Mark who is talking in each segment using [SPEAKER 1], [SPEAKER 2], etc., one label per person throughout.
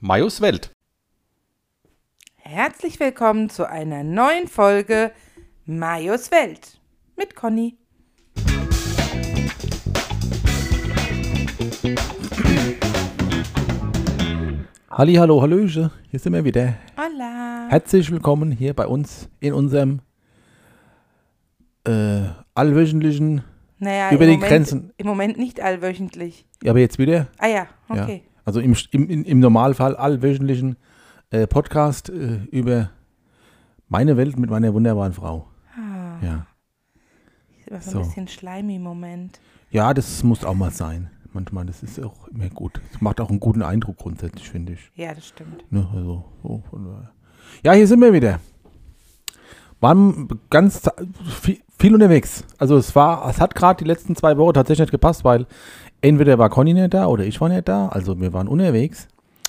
[SPEAKER 1] Majos Welt.
[SPEAKER 2] Herzlich willkommen zu einer neuen Folge Majos Welt mit Conny.
[SPEAKER 3] Halli, hallo, hallöche, hier sind wir wieder.
[SPEAKER 2] Hola.
[SPEAKER 3] Herzlich willkommen hier bei uns in unserem äh, allwöchentlichen,
[SPEAKER 2] Naja,
[SPEAKER 3] über
[SPEAKER 2] im
[SPEAKER 3] die
[SPEAKER 2] Moment,
[SPEAKER 3] Grenzen.
[SPEAKER 2] Im Moment nicht allwöchentlich.
[SPEAKER 3] ja, aber jetzt wieder,
[SPEAKER 2] Ah ja,
[SPEAKER 3] ja,
[SPEAKER 2] okay.
[SPEAKER 3] also im, im, im- im Normalfall allwöchentlichen äh, Podcast äh, über meine Welt mit meiner wunderbaren Frau.
[SPEAKER 2] Ah,
[SPEAKER 3] Ja,
[SPEAKER 2] ist immer so ein
[SPEAKER 3] so.
[SPEAKER 2] bisschen schleimig im Moment.
[SPEAKER 3] ja das muss auch mal sein. Manchmal, das ist auch immer gut. Das macht auch einen guten Eindruck grundsätzlich, finde ich.
[SPEAKER 2] Ja, das stimmt.
[SPEAKER 3] Ne, also, so, von daher. ja, hier sind wir wieder. Waren ganz ta- vi- viel unterwegs. Also es war, es hat gerade die letzten zwei Wochen tatsächlich nicht gepasst, weil entweder war Conny nicht da oder ich war nicht da. Also wir waren unterwegs.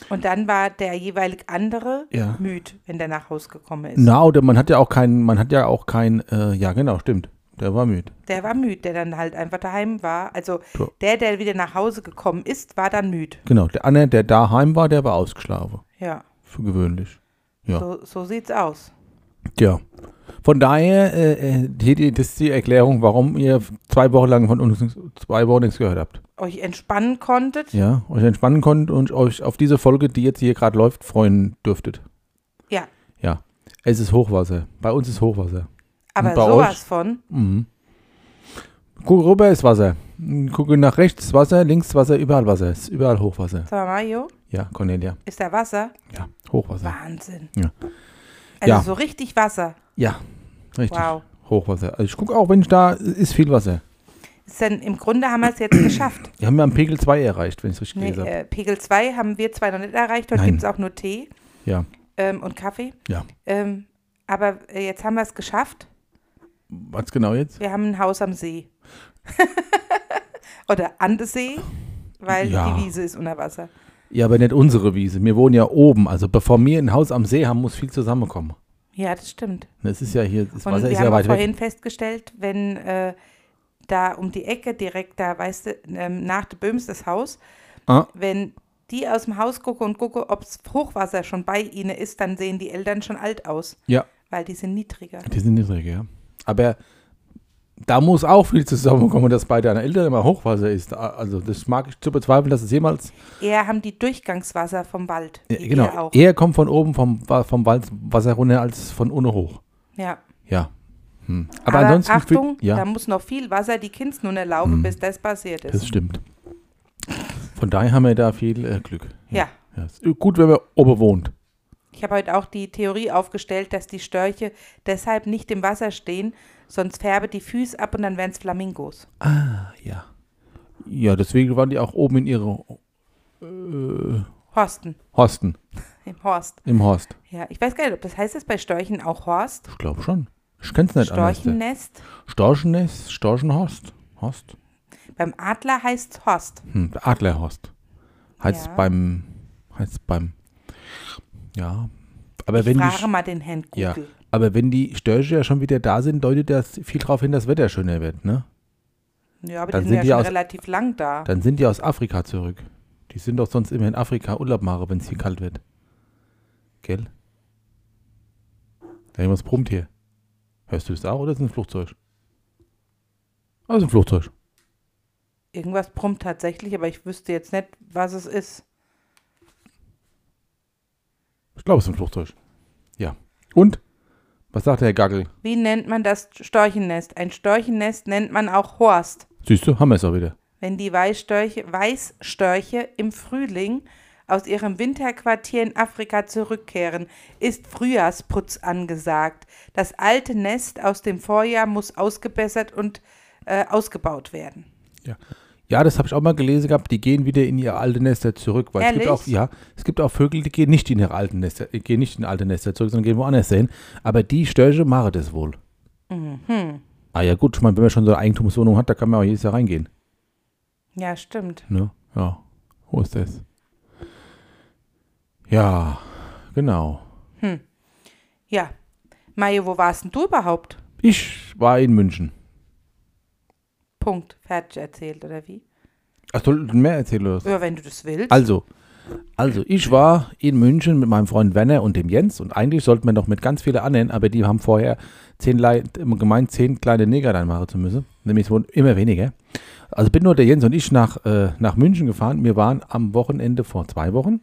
[SPEAKER 2] Und dann war der jeweilig andere
[SPEAKER 3] Ja.
[SPEAKER 2] müde, wenn der nach Hause gekommen ist.
[SPEAKER 3] Na, oder man hat ja auch keinen, man hat ja auch kein, äh, ja genau, stimmt. Der war müde.
[SPEAKER 2] Der war müde, der dann halt einfach daheim war. Also
[SPEAKER 3] Ja.
[SPEAKER 2] der, der wieder nach Hause gekommen ist, war dann müde.
[SPEAKER 3] Genau. Der andere, der daheim war, der war ausgeschlafen.
[SPEAKER 2] Ja,
[SPEAKER 3] Für gewöhnlich. Ja.
[SPEAKER 2] So, so sieht's aus.
[SPEAKER 3] Tja. Von daher, äh, äh, die, die, das ist die Erklärung, warum ihr zwei Wochen lang von uns nichts- zwei Wochen nichts gehört habt.
[SPEAKER 2] Euch entspannen konntet. Ja,
[SPEAKER 3] Ja, euch entspannen konntet und euch auf diese Folge, die jetzt hier gerade läuft, freuen dürftet. Ja, es ist Hochwasser. Bei uns ist Hochwasser.
[SPEAKER 2] aber
[SPEAKER 3] Und bei
[SPEAKER 2] sowas
[SPEAKER 3] euch?
[SPEAKER 2] von.
[SPEAKER 3] Mhm. Guck rüber, ist Wasser. Gucke nach rechts, ist Wasser, links, Wasser, überall Wasser. Ist überall Hochwasser.
[SPEAKER 2] Sag mal, Mario,
[SPEAKER 3] Ja, Cornelia.
[SPEAKER 2] ist da Wasser?
[SPEAKER 3] Ja, Hochwasser.
[SPEAKER 2] Wahnsinn.
[SPEAKER 3] Ja.
[SPEAKER 2] Also
[SPEAKER 3] Ja.
[SPEAKER 2] so richtig Wasser.
[SPEAKER 3] Ja, richtig.
[SPEAKER 2] Wow.
[SPEAKER 3] Hochwasser. Also ich gucke auch, wenn ich da, ist viel Wasser.
[SPEAKER 2] Ist denn, Im Grunde haben wir es jetzt geschafft.
[SPEAKER 3] Wir haben ja am Pegel 2 erreicht, wenn ich es richtig
[SPEAKER 2] Nee,
[SPEAKER 3] gelesen habe.
[SPEAKER 2] äh, Pegel 2 haben wir zwei noch nicht erreicht. Heute
[SPEAKER 3] Nein.
[SPEAKER 2] gibt es auch nur Tee
[SPEAKER 3] Ja,
[SPEAKER 2] ähm, und Kaffee.
[SPEAKER 3] ja.
[SPEAKER 2] Ähm, aber äh, jetzt haben wir es geschafft.
[SPEAKER 3] Was genau jetzt?
[SPEAKER 2] Wir haben ein Haus am See. Oder an der See, weil
[SPEAKER 3] Ja.
[SPEAKER 2] die Wiese ist unter Wasser.
[SPEAKER 3] Ja, aber nicht unsere Wiese. Wir wohnen ja oben. Also bevor wir ein Haus am See haben, muss viel zusammenkommen.
[SPEAKER 2] Ja, das stimmt.
[SPEAKER 3] Das ist ja hier, das
[SPEAKER 2] Und
[SPEAKER 3] Wasser
[SPEAKER 2] wir
[SPEAKER 3] ist
[SPEAKER 2] haben
[SPEAKER 3] ja
[SPEAKER 2] auch
[SPEAKER 3] weit weg.
[SPEAKER 2] vorhin festgestellt, wenn äh, da um die Ecke direkt da, weißt du, ähm, nach der Böhms das Haus,
[SPEAKER 3] Ah.
[SPEAKER 2] wenn die aus dem Haus gucke und gucke, ob das Hochwasser schon bei ihnen ist, dann sehen die Eltern schon alt aus,
[SPEAKER 3] Ja,
[SPEAKER 2] weil die sind niedriger.
[SPEAKER 3] die sind niedriger, ja. Aber da muss auch viel zusammenkommen, dass bei deiner Eltern immer Hochwasser ist. A- Also das mag ich zu bezweifeln, dass es jemals.
[SPEAKER 2] Eher haben die Durchgangswasser vom Wald.
[SPEAKER 3] Ja,
[SPEAKER 2] wie ihr
[SPEAKER 3] genau.
[SPEAKER 2] Auch.
[SPEAKER 3] Eher kommt von oben vom, Wa- vom Wald Wasser runter als von unten hoch.
[SPEAKER 2] Ja.
[SPEAKER 3] Ja. Hm. Aber, ansonsten. fühl-
[SPEAKER 2] Achtung, da
[SPEAKER 3] ja, Mhm.
[SPEAKER 2] muss noch viel Wasser die Kinds nun erlauben, bis das passiert ist.
[SPEAKER 3] das stimmt. Von daher haben wir da viel äh, Glück.
[SPEAKER 2] ja.
[SPEAKER 3] ja. Ist gut, wenn man oben wohnt.
[SPEAKER 2] Ich habe heute auch die Theorie aufgestellt, dass die Störche deshalb nicht im Wasser stehen, sonst färbe die Füße ab und dann wären es Flamingos.
[SPEAKER 3] Ja. Ja, deswegen waren die auch oben in ihre
[SPEAKER 2] Horsten,
[SPEAKER 3] Horsten,
[SPEAKER 2] im Horst.
[SPEAKER 3] im Horst.
[SPEAKER 2] Ja, ich weiß gar nicht, ob das heißt das bei Störchen auch Horst?
[SPEAKER 3] Ich glaube schon. Ich kenn's nicht anders.
[SPEAKER 2] Storchennest?
[SPEAKER 3] Storchennest, Storchenhorst. Horst.
[SPEAKER 2] Beim Adler heißt es Horst.
[SPEAKER 3] Hm, der Adlerhorst. Heißt
[SPEAKER 2] Ja.
[SPEAKER 3] beim. Heißt beim. Ja. Aber
[SPEAKER 2] Ich
[SPEAKER 3] wenn die.
[SPEAKER 2] frage
[SPEAKER 3] Sch-
[SPEAKER 2] mal den Herrn
[SPEAKER 3] Ja.
[SPEAKER 2] Google.
[SPEAKER 3] Aber wenn die Störche ja schon wieder da sind, deutet das viel darauf hin, dass Wetter schöner wird, ne?
[SPEAKER 2] Ja, aber
[SPEAKER 3] Dann
[SPEAKER 2] die sind ja
[SPEAKER 3] sind die
[SPEAKER 2] schon
[SPEAKER 3] aus-
[SPEAKER 2] relativ lang da.
[SPEAKER 3] Dann sind die aus Afrika zurück. Die sind doch sonst immer in Afrika Urlaub machen, wenn es hier kalt wird. Gell? Da irgendwas brummt hier. Hörst du es auch oder ist es ein Flugzeug? Ah, ist ein Flugzeug.
[SPEAKER 2] Irgendwas brummt tatsächlich, aber ich wüsste jetzt nicht, was es ist.
[SPEAKER 3] Ich glaube, es ist ein Flugzeug. Ja. Und? Was sagt der Herr Gaggel?
[SPEAKER 2] Wie nennt man das Storchennest? Ein Storchennest nennt man auch Horst.
[SPEAKER 3] Siehst du, haben wir es auch wieder.
[SPEAKER 2] wenn die Weißstörche, Weißstörche im Frühling aus ihrem Winterquartier in Afrika zurückkehren, ist Frühjahrsputz angesagt. Das alte Nest aus dem Vorjahr muss ausgebessert und äh, ausgebaut werden.
[SPEAKER 3] Ja. Ja, das habe ich auch mal gelesen gehabt. Die gehen wieder in ihre alten Nester zurück, weil es gibt
[SPEAKER 2] Ehrlich?
[SPEAKER 3] auch, ja, es gibt auch Vögel, die gehen nicht in ihre alten Nester, äh, gehen nicht in alte Nester zurück, sondern gehen woanders hin. Aber die Störche machen das wohl. Ah ja, gut. Ich meine, wenn man schon so eine Eigentumswohnung hat, da kann man auch jedes Jahr reingehen.
[SPEAKER 2] Ja, stimmt.
[SPEAKER 3] Ne? Ja. Wo ist das? Ja, genau.
[SPEAKER 2] Ja. Mario, wo warst denn du überhaupt?
[SPEAKER 3] Ich war in München.
[SPEAKER 2] Punkt. Fertig erzählt, oder wie?
[SPEAKER 3] Ach, soll ich mehr erzählen oder was?
[SPEAKER 2] Ja, wenn du das willst.
[SPEAKER 3] Also, also ich war in München mit meinem Freund Werner und dem Jens und eigentlich sollten wir noch mit ganz vielen anderen, aber die haben vorher zehn, Lei- gemeint, zehn kleine Neger dann machen zu müssen. Nämlich es wurden immer weniger. Also bin nur der Jens und ich nach, äh, nach München gefahren. Wir waren am Wochenende vor zwei Wochen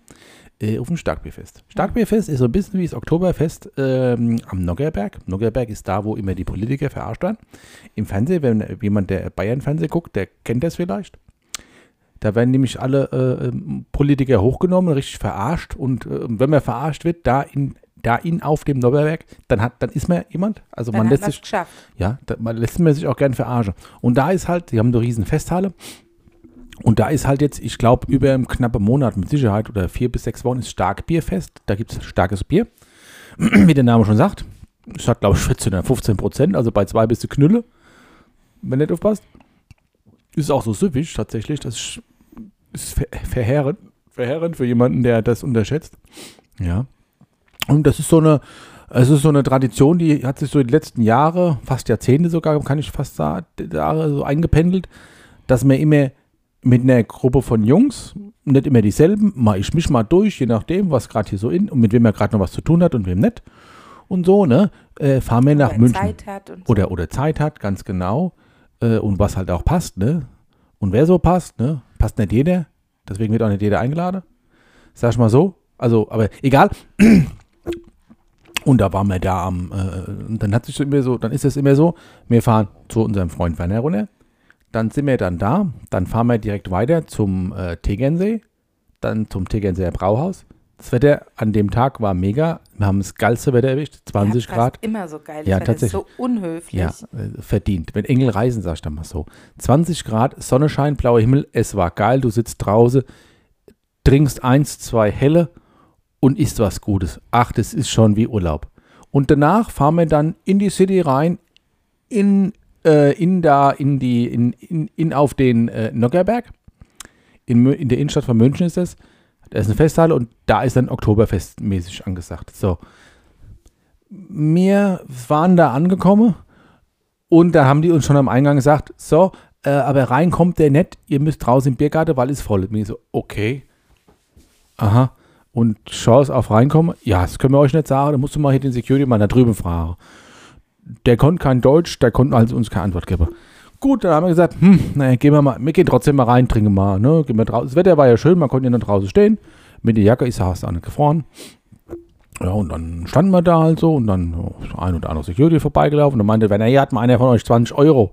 [SPEAKER 3] äh, auf dem Starkbierfest. Starkbierfest ist so ein bisschen wie das Oktoberfest ähm, am Noggerberg. Noggerberg ist da, wo immer die Politiker verarscht werden. Im Fernsehen, wenn jemand, der Bayern-Fernsehen guckt, der kennt das vielleicht. Da werden nämlich alle äh, ähm, Politiker hochgenommen, richtig verarscht. Und äh, wenn man verarscht wird, da in, da in auf dem Nobberwerk, dann hat, dann ist man jemand. Also
[SPEAKER 2] dann
[SPEAKER 3] man
[SPEAKER 2] hat
[SPEAKER 3] lässt
[SPEAKER 2] man's
[SPEAKER 3] sich,
[SPEAKER 2] geschafft.
[SPEAKER 3] ja, da, man lässt man sich auch gern verarschen. Und da ist halt, die haben eine riesen Festhalle. Und da ist halt jetzt, ich glaube, über einen knappen Monat mit Sicherheit oder vier bis sechs Wochen ist Starkbierfest. Da gibt es starkes Bier. Wie der Name schon sagt. Es hat, glaube ich, 14 oder 15 Prozent. Also bei zwei bist du Knülle, wenn du nicht aufpasst. Ist auch so süffig tatsächlich. Das ist- ist ver- verheerend, verheerend für jemanden, der das unterschätzt. Ja. Und das ist so eine, es ist so eine Tradition, die hat sich so die letzten Jahre, fast Jahrzehnte sogar, kann ich fast sagen, Jahre so eingependelt, dass man immer mit einer Gruppe von Jungs, nicht immer dieselben, mal ich mich mal durch, je nachdem, was gerade hier so in und mit wem er gerade noch was zu tun hat und wem nicht. Und so, ne, äh, fahren wir nach
[SPEAKER 2] Wer
[SPEAKER 3] München
[SPEAKER 2] Zeit hat und
[SPEAKER 3] oder, oder Zeit hat, ganz genau. Äh, und was halt auch passt, ne? Und wer so passt, ne? Passt nicht jeder. Deswegen wird auch nicht jeder eingeladen. Sag ich mal so. Also, aber egal. Und da waren wir da am, äh, und dann hat sich so immer so, dann ist es immer so, wir fahren zu unserem Freund Werner runter, dann sind wir dann da, dann fahren wir direkt weiter zum äh, Tegernsee, dann zum Tegernseer Brauhaus. Das Wetter an dem Tag war mega, wir haben das geilste Wetter erwischt, 20
[SPEAKER 2] ja, fast
[SPEAKER 3] Grad.
[SPEAKER 2] immer so geil. Ja,
[SPEAKER 3] Ja,
[SPEAKER 2] tatsächlich. Das ist so unhöflich.
[SPEAKER 3] Ja, äh, verdient. Wenn Engel reisen, sag ich dann mal so. 20 Grad, Sonnenschein, blauer Himmel, es war geil. Du sitzt draußen, trinkst eins, zwei Helle und isst was Gutes. Ach, das ist schon wie Urlaub. Und danach fahren wir dann in die City rein, in, äh, in da, in die, in, in, in auf den äh, Nockerberg. In, Mü- in der Innenstadt von München ist das. Da ist eine Festhalle und da ist dann Oktoberfest mäßig angesagt. So. Wir waren da angekommen und da haben die uns schon am Eingang gesagt, so, äh, aber rein kommt der nicht, ihr müsst draußen im Biergarten, weil ist voll. Und ich so, okay. Aha. Und Chance auf reinkommen? Ja, das können wir euch nicht sagen, da musst du mal hier den Security mal da drüben fragen. Der konnte kein Deutsch, der konnte also uns keine Antwort geben. Gut, dann haben wir gesagt, hm, naja, gehen wir mal, wir gehen trotzdem mal rein, trinken mal, ne, gehen wir draußen. Das Wetter war ja schön, man konnte ja noch draußen stehen. Mit der Jacke ist ja hast du auch nicht gefroren. Ja, und dann standen wir da halt so und dann ist ein oder andere Security vorbeigelaufen und dann meinte, wenn er hier hat mal einer von euch 20 Euro.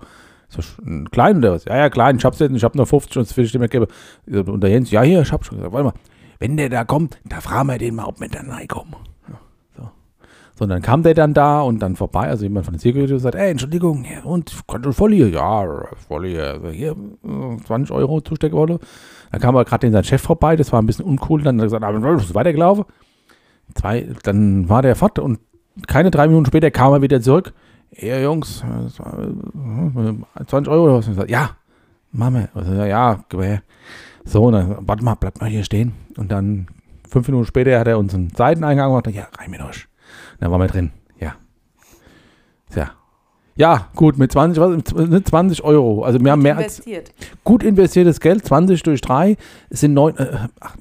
[SPEAKER 3] So, ein klein oder was? Ja, ja, klein, ich hab's jetzt, ich hab nur 50 und das will ich dem nicht geben. Und der Jens, ja, hier, ich hab schon gesagt, warte mal, wenn der da kommt, da fragen wir den mal, ob wir da reinkommen. Ja, So. so, und dann kam der dann da und dann vorbei, also jemand von der Security sagt, ey, Entschuldigung, ja, und konnte voll hier, ja, voll hier, also hier, äh, 20 Euro Zusteckwollo. Dann kam aber gerade sein Chef vorbei, das war ein bisschen uncool, dann hat er gesagt, aber ist weitergelaufen zwei, dann war der fort und keine drei Minuten später kam er wieder zurück. Ja, Jungs, das war, äh, 20 Euro oder was? Und ich sag, Ja, Mama. Also, ja, gib mal her. So, und dann, warte mal, bleibt mal hier stehen. Und dann fünf Minuten später hat er uns einen Seiteneingang gemacht. Ja, rein mit euch. Und dann waren wir drin. Ja. Ja. Ja, gut, mit 20, was, 20 Euro. Also wir haben mehr als
[SPEAKER 2] Investiert.
[SPEAKER 3] gut investiertes Geld, 20 durch 3 sind 9, äh, ach,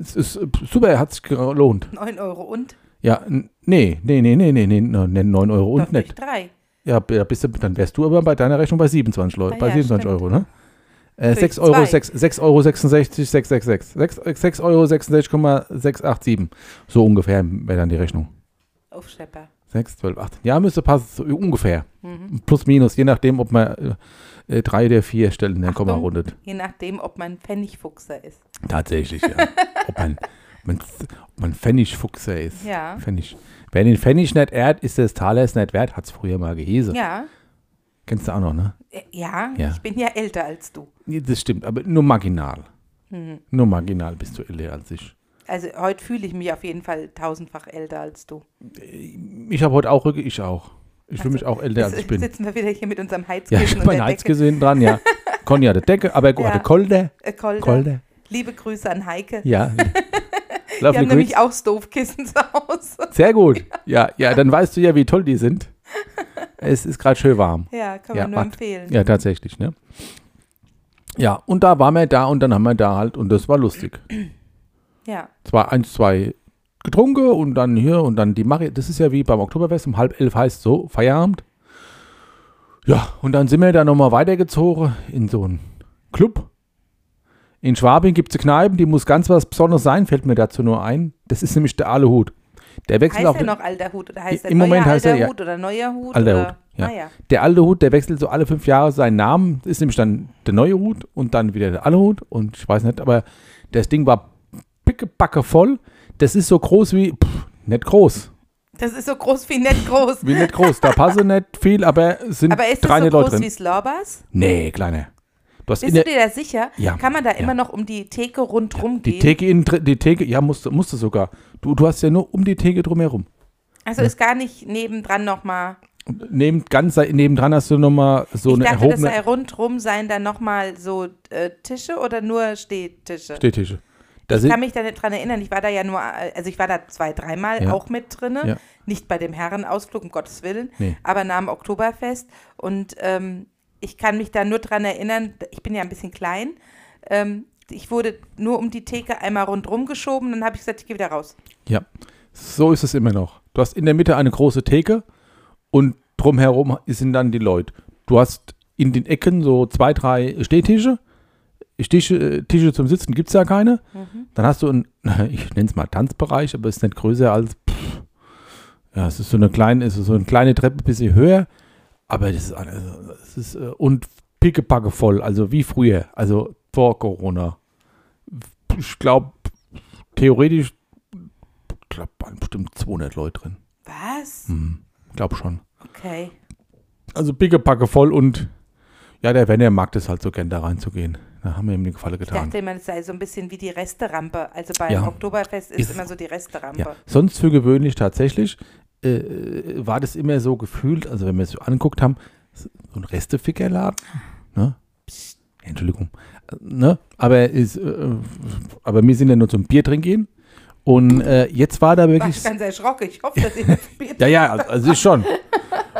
[SPEAKER 3] es ist äh, super, hat sich gelohnt.
[SPEAKER 2] 9 Euro und
[SPEAKER 3] Ja, n- nee, nee, nee, nee, nee, nee, nee 9 Euro
[SPEAKER 2] und
[SPEAKER 3] und
[SPEAKER 2] durch
[SPEAKER 3] nicht.
[SPEAKER 2] 3.
[SPEAKER 3] Ja, b- ja, bist du, dann wärst du aber bei deiner Rechnung bei 27, Leu
[SPEAKER 2] Ah
[SPEAKER 3] bei
[SPEAKER 2] ja,
[SPEAKER 3] 27
[SPEAKER 2] stimmt.
[SPEAKER 3] Euro, ne? Äh,
[SPEAKER 2] Durch
[SPEAKER 3] 6 Euro,
[SPEAKER 2] zwei.
[SPEAKER 3] 6, 6 Euro 66, 666. 6, 6 Euro 66,687. So ungefähr wäre dann die Rechnung.
[SPEAKER 2] Aufschlepper.
[SPEAKER 3] 6, 12, 18. Ja, müsste passen, so ungefähr.
[SPEAKER 2] Mhm.
[SPEAKER 3] Plus, minus, je nachdem, ob man äh, äh, drei der vier Stellen in der Komma
[SPEAKER 2] Achtung.
[SPEAKER 3] rundet.
[SPEAKER 2] Je nachdem, ob man Pfennigfuchser ist.
[SPEAKER 3] Tatsächlich, ja. ob man, ob man, ob man Pfennigfuchser ist.
[SPEAKER 2] Ja.
[SPEAKER 3] Pfennig. Wer den Pfennig nicht ehrt, ist des Talers nicht wert, hat es früher mal gehesen.
[SPEAKER 2] Ja.
[SPEAKER 3] Kennst du auch noch, ne?
[SPEAKER 2] Äh, Ja,
[SPEAKER 3] Ja.
[SPEAKER 2] ich bin ja älter als du.
[SPEAKER 3] Nee, Das stimmt, aber nur marginal.
[SPEAKER 2] Mhm.
[SPEAKER 3] Nur marginal bist du älter als ich.
[SPEAKER 2] Also heute fühle ich mich auf jeden Fall tausendfach älter als du.
[SPEAKER 3] Ich habe heute auch Rücke, ich auch. Ich fühle mich auch älter,
[SPEAKER 2] Also, Jetzt
[SPEAKER 3] als also ich bin.
[SPEAKER 2] sitzen wir wieder hier mit unserem Heizkissen
[SPEAKER 3] Ja, ich habe
[SPEAKER 2] und
[SPEAKER 3] mein
[SPEAKER 2] der Decke.
[SPEAKER 3] Heizgesehen dran, ja. Conny hatte Decke, aber ja.
[SPEAKER 2] Ja.
[SPEAKER 3] hatte Kolde.
[SPEAKER 2] Äh, Kolder.
[SPEAKER 3] Kolde.
[SPEAKER 2] Liebe Grüße an Heike.
[SPEAKER 3] Ja.
[SPEAKER 2] Die
[SPEAKER 3] Lovely
[SPEAKER 2] haben
[SPEAKER 3] Greets.
[SPEAKER 2] nämlich auch Stoofkissen zu Hause.
[SPEAKER 3] Sehr gut. Ja, ja, dann weißt du ja, wie toll die sind. Es ist gerade schön warm.
[SPEAKER 2] Ja, kann
[SPEAKER 3] Ja,
[SPEAKER 2] man nur
[SPEAKER 3] macht-
[SPEAKER 2] empfehlen.
[SPEAKER 3] Ja, tatsächlich, ne? Ja, und da waren wir da und dann haben wir da halt, und das war lustig.
[SPEAKER 2] Ja.
[SPEAKER 3] Zwar eins, zwei getrunken und dann hier und dann die Marie. Das ist ja wie beim Oktoberfest, um halb elf heißt so, Feierabend. Ja, und dann sind wir da nochmal weitergezogen in so einen Club. In Schwabing gibt es Kneipen, die muss ganz was Besonderes sein, fällt mir dazu nur ein. Das ist nämlich der Alehut. Der wechselt
[SPEAKER 2] Heißt
[SPEAKER 3] auch
[SPEAKER 2] er noch alter Hut oder heißt er
[SPEAKER 3] Im
[SPEAKER 2] neuer
[SPEAKER 3] Moment heißt er,
[SPEAKER 2] alter
[SPEAKER 3] ja.
[SPEAKER 2] Hut oder neuer Hut?
[SPEAKER 3] Alter
[SPEAKER 2] oder?
[SPEAKER 3] Hut, ja.
[SPEAKER 2] Naja.
[SPEAKER 3] Der alte Hut, der wechselt so alle fünf Jahre seinen Namen. Ist nämlich dann der neue Hut und dann wieder der alte Hut. Und ich weiß nicht, aber das Ding war pickepacke voll. Das ist so groß wie, pff, nicht groß.
[SPEAKER 2] Das ist so groß wie nett groß.
[SPEAKER 3] Wie nicht groß. Da passen nicht viel, aber es sind
[SPEAKER 2] Aber ist das
[SPEAKER 3] drei
[SPEAKER 2] so
[SPEAKER 3] nette Leute
[SPEAKER 2] groß
[SPEAKER 3] drin.
[SPEAKER 2] wie Slobbers?
[SPEAKER 3] Nee, kleiner. Du hast in
[SPEAKER 2] Bist du
[SPEAKER 3] der,
[SPEAKER 2] dir da sicher?
[SPEAKER 3] Ja.
[SPEAKER 2] Kann man da
[SPEAKER 3] Ja.
[SPEAKER 2] immer noch um die Theke rundrum
[SPEAKER 3] die
[SPEAKER 2] gehen?
[SPEAKER 3] Theke innen drin, die Theke, ja, musste, musste sogar. Du, du hast ja nur um die Theke drumherum.
[SPEAKER 2] also ist gar nicht nebendran nochmal.
[SPEAKER 3] Neben, ganz nebendran hast du nochmal so
[SPEAKER 2] ich
[SPEAKER 3] eine
[SPEAKER 2] dachte, das
[SPEAKER 3] erhobene
[SPEAKER 2] sei rundrum seien da nochmal so äh, Tische oder nur Stehtische?
[SPEAKER 3] Stehtische. Da
[SPEAKER 2] Ich
[SPEAKER 3] sind,
[SPEAKER 2] kann mich da nicht dran erinnern. Ich war da ja nur, also ich war da zwei, dreimal
[SPEAKER 3] Ja.
[SPEAKER 2] auch mit drinne.
[SPEAKER 3] Ja.
[SPEAKER 2] Nicht bei dem Herrenausflug, um Gottes Willen,
[SPEAKER 3] Nee.
[SPEAKER 2] aber nach dem Oktoberfest. Und ähm, ich kann mich da nur dran erinnern, ich bin ja ein bisschen klein. Ähm, ich wurde nur um die Theke einmal rundrum geschoben, dann habe ich gesagt, ich gehe wieder raus.
[SPEAKER 3] Ja, so ist es immer noch. Du hast in der Mitte eine große Theke und drumherum sind dann die Leute. Du hast in den Ecken so zwei, drei Stehtische. Tische, äh, Tische zum Sitzen gibt es ja keine. Dann hast du einen, ich nenne es mal Tanzbereich, aber ist nicht größer als, pff, ja, es ist so eine kleine, es ist so eine kleine Treppe, ein bisschen höher, aber das ist, also, es ist äh, und pickepacke voll, also wie früher, also vor Corona. Ich glaube, theoretisch ich glaube, waren bestimmt 200 Leute drin. Hm,
[SPEAKER 2] Was?
[SPEAKER 3] Glaub schon.
[SPEAKER 2] Okay.
[SPEAKER 3] Also pickepacke voll und ja, der Werner mag das halt so gern, da reinzugehen. Da haben wir ihm eine Falle
[SPEAKER 2] Ich
[SPEAKER 3] getan.
[SPEAKER 2] dachte immer, es sei so ein bisschen wie die Resterampe. Also beim
[SPEAKER 3] Ja.
[SPEAKER 2] Oktoberfest ist,
[SPEAKER 3] Ist-
[SPEAKER 2] immer so die Resterampe.
[SPEAKER 3] Ja. Sonst für gewöhnlich tatsächlich äh, äh, war das immer so gefühlt, also wenn wir es so angeguckt haben, so ein Restefickerladen. Ne? Entschuldigung. Äh, Ne? Aber, ist, äh, aber wir sind ja nur zum Bier trinken gehen. Und äh, jetzt war da
[SPEAKER 2] War
[SPEAKER 3] wirklich.
[SPEAKER 2] ich ganz erschrocken. Ich hoffe, dass ihr
[SPEAKER 3] Ja, ja, also, also ich schon.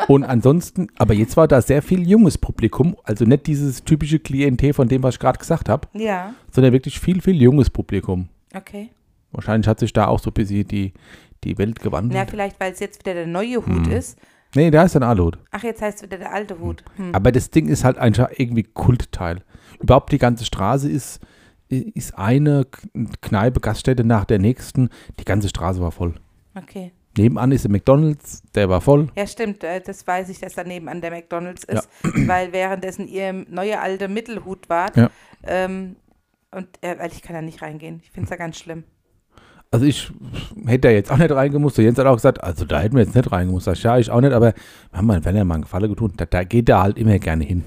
[SPEAKER 3] Und ansonsten, aber jetzt war da sehr viel junges Publikum, also nicht dieses typische Klientel von dem, was ich gerade gesagt habe,
[SPEAKER 2] Ja,
[SPEAKER 3] sondern wirklich viel, viel junges Publikum.
[SPEAKER 2] okay.
[SPEAKER 3] Wahrscheinlich hat sich da auch so ein bisschen die, die Welt
[SPEAKER 2] Na,
[SPEAKER 3] gewandelt.
[SPEAKER 2] vielleicht, weil es jetzt wieder der neue Hut
[SPEAKER 3] Mhm.
[SPEAKER 2] ist.
[SPEAKER 3] Nee, da ist ein Alut.
[SPEAKER 2] Ach, jetzt heißt es wieder der alte Hut. Hm.
[SPEAKER 3] Aber das Ding ist halt einfach irgendwie Kultteil. Überhaupt die ganze Straße ist, ist eine K- Kneipe, Gaststätte nach der nächsten. Die ganze Straße war voll.
[SPEAKER 2] Okay.
[SPEAKER 3] Nebenan ist der McDonalds, der war voll.
[SPEAKER 2] Ja, stimmt. äh, Das weiß ich, dass daneben an der McDonalds ist, weil währenddessen ihr neue alte Mittelhut wart.
[SPEAKER 3] Ja.
[SPEAKER 2] Ähm, und äh, weil ich kann da nicht reingehen. Ich finde es da ganz schlimm.
[SPEAKER 3] Also ich hätte da jetzt auch nicht reingemusst. Der Jens hat auch gesagt, also da hätten wir jetzt nicht reingemusst. Sag ich, ja, ich auch nicht, aber wir haben mal, wenn er mal eine Falle getun, da, da geht er halt immer gerne hin.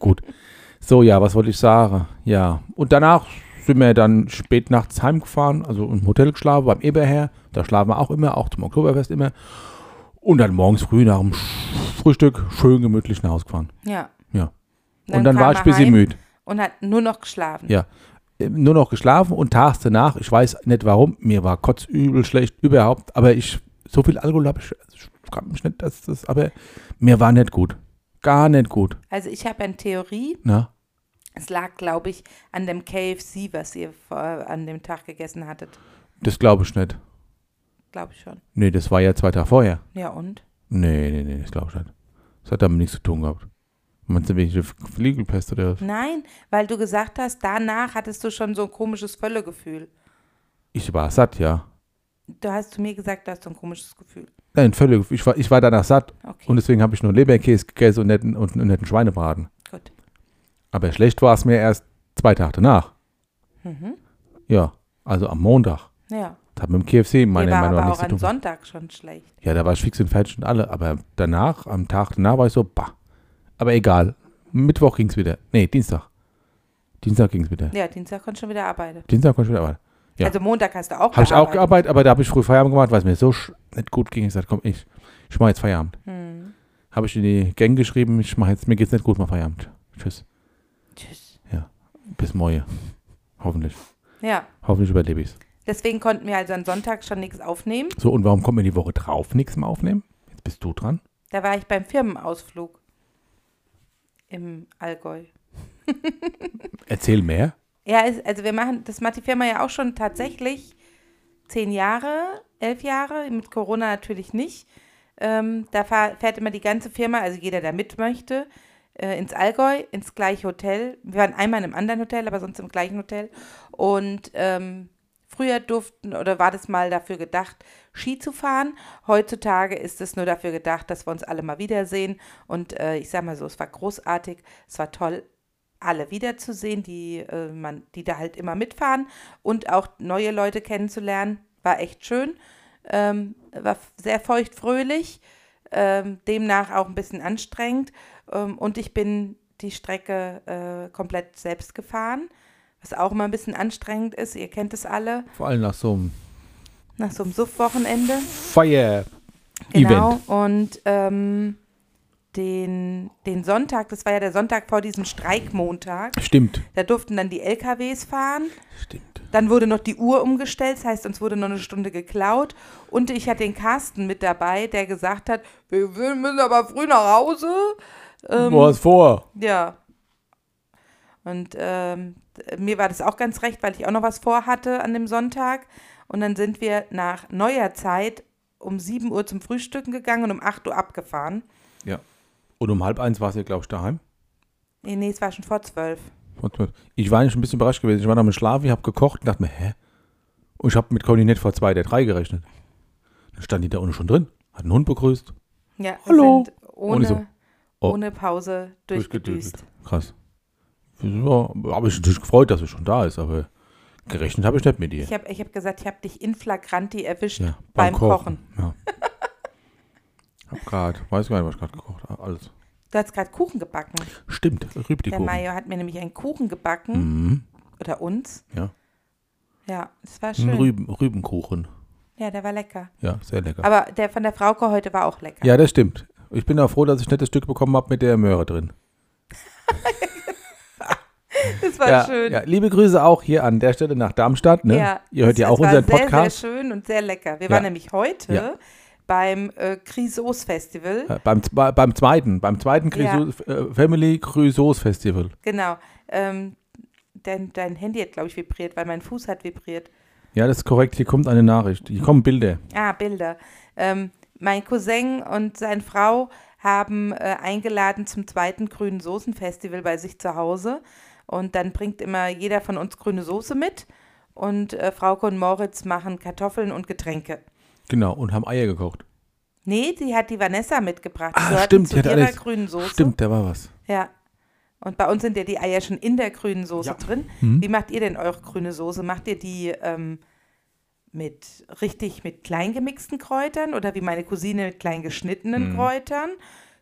[SPEAKER 3] Gut. So, ja, was wollte ich sagen? Ja. Und danach sind wir dann spät nachts heimgefahren, also im Hotel geschlafen, beim Eberherr. Da schlafen wir auch immer, auch zum Oktoberfest immer. Und dann morgens früh nach dem Sch- Frühstück schön gemütlich nach Hause gefahren.
[SPEAKER 2] Ja.
[SPEAKER 3] Ja.
[SPEAKER 2] Dann
[SPEAKER 3] und dann
[SPEAKER 2] kam
[SPEAKER 3] war ich ein
[SPEAKER 2] er
[SPEAKER 3] bisschen
[SPEAKER 2] heim.
[SPEAKER 3] müde.
[SPEAKER 2] Und hat nur noch geschlafen.
[SPEAKER 3] Ja. Ähm, Nur noch geschlafen und tags danach, ich weiß nicht warum, mir war kotzübel, schlecht, überhaupt, aber ich, so viel Alkohol habe ich, also ich kann mich nicht, dass das, aber mir war nicht gut. Gar nicht gut. ne?
[SPEAKER 2] Also ich habe eine Theorie.
[SPEAKER 3] Na?
[SPEAKER 2] Es lag, glaube ich, an dem KFC, was ihr vor, an dem Tag gegessen hattet.
[SPEAKER 3] Das glaube ich nicht.
[SPEAKER 2] Glaube ich schon.
[SPEAKER 3] Nee, das war ja zwei Tage vorher.
[SPEAKER 2] Ja, und?
[SPEAKER 3] Nee, nee, nee, das glaube ich nicht. Das hat damit nichts zu tun gehabt. Meinst du, welche Fliegelpest oder was?
[SPEAKER 2] Nein, weil du gesagt hast, danach hattest du schon so ein komisches Völlegefühl.
[SPEAKER 3] Ich war satt, ja.
[SPEAKER 2] Du hast zu mir gesagt, du hast so ein komisches Gefühl.
[SPEAKER 3] Nein, völlig. Ich war, ich war danach satt
[SPEAKER 2] Okay,
[SPEAKER 3] und deswegen habe ich nur Leberkäse gegessen und nicht, und, und nicht einen Schweinebraten.
[SPEAKER 2] gut.
[SPEAKER 3] Aber schlecht war es mir erst zwei Tage danach.
[SPEAKER 2] Mhm.
[SPEAKER 3] Ja, also am Montag.
[SPEAKER 2] Ja,
[SPEAKER 3] Das hat mit dem KFC meiner
[SPEAKER 2] mir war
[SPEAKER 3] Meinung nach
[SPEAKER 2] aber auch
[SPEAKER 3] nichts zu
[SPEAKER 2] am
[SPEAKER 3] tun.
[SPEAKER 2] Sonntag schon schlecht.
[SPEAKER 3] Ja, da war ich fix und fertig und alle. Aber danach, am Tag danach war ich so, bah. Aber egal. Mittwoch ging es wieder. Nee, Dienstag. Dienstag ging es wieder.
[SPEAKER 2] Ja, Dienstag konnte schon wieder arbeiten.
[SPEAKER 3] Dienstag konnte ich wieder arbeiten. Ja.
[SPEAKER 2] Also Montag hast du auch
[SPEAKER 3] Habe ich auch
[SPEAKER 2] gearbeitet.
[SPEAKER 3] gearbeitet, aber da habe ich früh Feierabend gemacht, weil es mir so sch- nicht gut ging. Ich sagte, komm, ich, ich mache jetzt Feierabend.
[SPEAKER 2] Hm.
[SPEAKER 3] Habe ich in die Gang geschrieben, ich mache jetzt, mir geht's nicht gut, mach Feierabend. Tschüss.
[SPEAKER 2] Tschüss.
[SPEAKER 3] Bis morgen. Hoffentlich.
[SPEAKER 2] Ja,
[SPEAKER 3] Hoffentlich überlebe ich's.
[SPEAKER 2] deswegen konnten wir also am Sonntag schon nichts aufnehmen.
[SPEAKER 3] So, und warum kommt mir die Woche drauf nichts mehr aufnehmen? Jetzt bist du dran.
[SPEAKER 2] Da war ich beim Firmenausflug im Allgäu.
[SPEAKER 3] Erzähl mehr.
[SPEAKER 2] Ja, es- also wir machen, das macht die Firma ja auch schon tatsächlich zehn Jahre, elf Jahre, mit Corona natürlich nicht. Ähm, da fahr, fährt immer die ganze Firma, also jeder, der mit möchte, äh, ins Allgäu, ins gleiche Hotel. Wir waren einmal in einem anderen Hotel, aber sonst im gleichen Hotel. Und ähm, früher durften oder war das mal dafür gedacht, Ski zu fahren. Heutzutage ist es nur dafür gedacht, dass wir uns alle mal wiedersehen. Und äh, ich sag mal so, es war großartig, es war toll, alle wiederzusehen, die, äh, man, die da halt immer mitfahren und auch neue Leute kennenzulernen, war echt schön. Ähm, war f- sehr feuchtfröhlich, ähm, demnach auch ein bisschen anstrengend. Ähm, und ich bin die Strecke äh, komplett selbst gefahren, was auch immer ein bisschen anstrengend ist. Ihr kennt es alle,
[SPEAKER 3] Vor allem nach so einem
[SPEAKER 2] nach so einem Suff-Wochenende.
[SPEAKER 3] Fire-Event.
[SPEAKER 2] Genau. Und ähm, den, den Sonntag, das war ja der Sonntag vor diesem Streikmontag,
[SPEAKER 3] Stimmt.
[SPEAKER 2] da durften dann die LKWs fahren.
[SPEAKER 3] Stimmt.
[SPEAKER 2] Dann wurde noch die Uhr umgestellt, das heißt, uns wurde noch eine Stunde geklaut. Und ich hatte den Carsten mit dabei, der gesagt hat, wir wir müssen aber früh nach Hause. Ähm,
[SPEAKER 3] Du hast vor.
[SPEAKER 2] ja. Und ähm, d- mir war das auch ganz recht, weil ich auch noch was vorhatte an dem Sonntag. Und dann sind wir nach neuer Zeit um 7 Uhr zum Frühstücken gegangen und um 8 Uhr abgefahren.
[SPEAKER 3] Ja. Und um halb eins warst du, glaube ich, daheim.
[SPEAKER 2] Nee, nee, es war schon vor 12.
[SPEAKER 3] Ich war nicht ein bisschen überrascht gewesen. Ich war noch im Schlaf, ich habe gekocht und dachte mir, hä? Und ich habe mit Conny nicht vor zwei der drei gerechnet. Dann stand die da unten schon drin, hat einen Hund begrüßt.
[SPEAKER 2] Ja, wir
[SPEAKER 3] Hallo.
[SPEAKER 2] sind
[SPEAKER 3] Und
[SPEAKER 2] ohne,
[SPEAKER 3] ich so, oh.
[SPEAKER 2] ohne Pause durchgedüst.
[SPEAKER 3] Krass. Ja, habe ich natürlich gefreut, dass sie schon da ist, aber gerechnet habe ich nicht mit ihr.
[SPEAKER 2] Ich habe ich hab gesagt, ich habe dich in Flagranti erwischt
[SPEAKER 3] Ja,
[SPEAKER 2] beim, Kochen.
[SPEAKER 3] Ja. hab gerade, weiß gar nicht, was ich gerade gekocht habe. Alles.
[SPEAKER 2] Du hast gerade Kuchen gebacken.
[SPEAKER 3] Stimmt,
[SPEAKER 2] Der
[SPEAKER 3] Rübdikuchen.
[SPEAKER 2] Mayo hat mir nämlich einen Kuchen gebacken.
[SPEAKER 3] Mhm,
[SPEAKER 2] Oder uns.
[SPEAKER 3] ja.
[SPEAKER 2] Ja, das war
[SPEAKER 3] Ein
[SPEAKER 2] schön.
[SPEAKER 3] Rüben, Rübenkuchen.
[SPEAKER 2] Ja, der war lecker.
[SPEAKER 3] Ja, sehr lecker.
[SPEAKER 2] Aber der von der Frauke heute war auch lecker.
[SPEAKER 3] Ja, das stimmt. Ich bin auch froh, dass ich ein nettes Stück bekommen habe mit der Möhre drin.
[SPEAKER 2] das war
[SPEAKER 3] ja,
[SPEAKER 2] schön.
[SPEAKER 3] Ja, liebe Grüße auch hier an der Stelle nach Darmstadt. Ne? Ihr hört
[SPEAKER 2] das-
[SPEAKER 3] ja
[SPEAKER 2] das
[SPEAKER 3] auch unseren
[SPEAKER 2] war
[SPEAKER 3] Podcast
[SPEAKER 2] Sehr, sehr schön und sehr lecker. Wir
[SPEAKER 3] Ja.
[SPEAKER 2] waren nämlich heute
[SPEAKER 3] Ja.
[SPEAKER 2] beim äh, Crisos Festival.
[SPEAKER 3] Äh, beim, zwe- beim zweiten, beim zweiten Grisos, äh, Family Grisos Festival.
[SPEAKER 2] Genau. Ähm, dein, dein Handy hat, glaube ich, vibriert, weil mein Fuß hat vibriert.
[SPEAKER 3] Ja, das ist korrekt. Hier kommt eine Nachricht. Hier kommen Bilder.
[SPEAKER 2] Ah, Bilder. Ähm, mein Cousin und seine Frau haben äh, eingeladen zum zweiten grünen Soßenfestival bei sich zu Hause. Und dann bringt immer jeder von uns grüne Soße mit. Und äh, Frauke und Moritz machen Kartoffeln und Getränke.
[SPEAKER 3] Genau, und haben Eier gekocht.
[SPEAKER 2] Nee, die hat die Vanessa mitgebracht. Die
[SPEAKER 3] Ah,
[SPEAKER 2] gehörten
[SPEAKER 3] stimmt,
[SPEAKER 2] zu
[SPEAKER 3] die hat
[SPEAKER 2] ihrer
[SPEAKER 3] alles-
[SPEAKER 2] grünen Soße.
[SPEAKER 3] Stimmt, da war was.
[SPEAKER 2] Ja. Und bei uns sind ja die Eier schon in der grünen Soße
[SPEAKER 3] Ja.
[SPEAKER 2] drin. Wie macht ihr denn eure grüne Soße? Macht ihr die ähm, mit richtig mit klein gemixten Kräutern oder wie meine Cousine mit klein
[SPEAKER 3] Mhm.
[SPEAKER 2] geschnittenen Kräutern?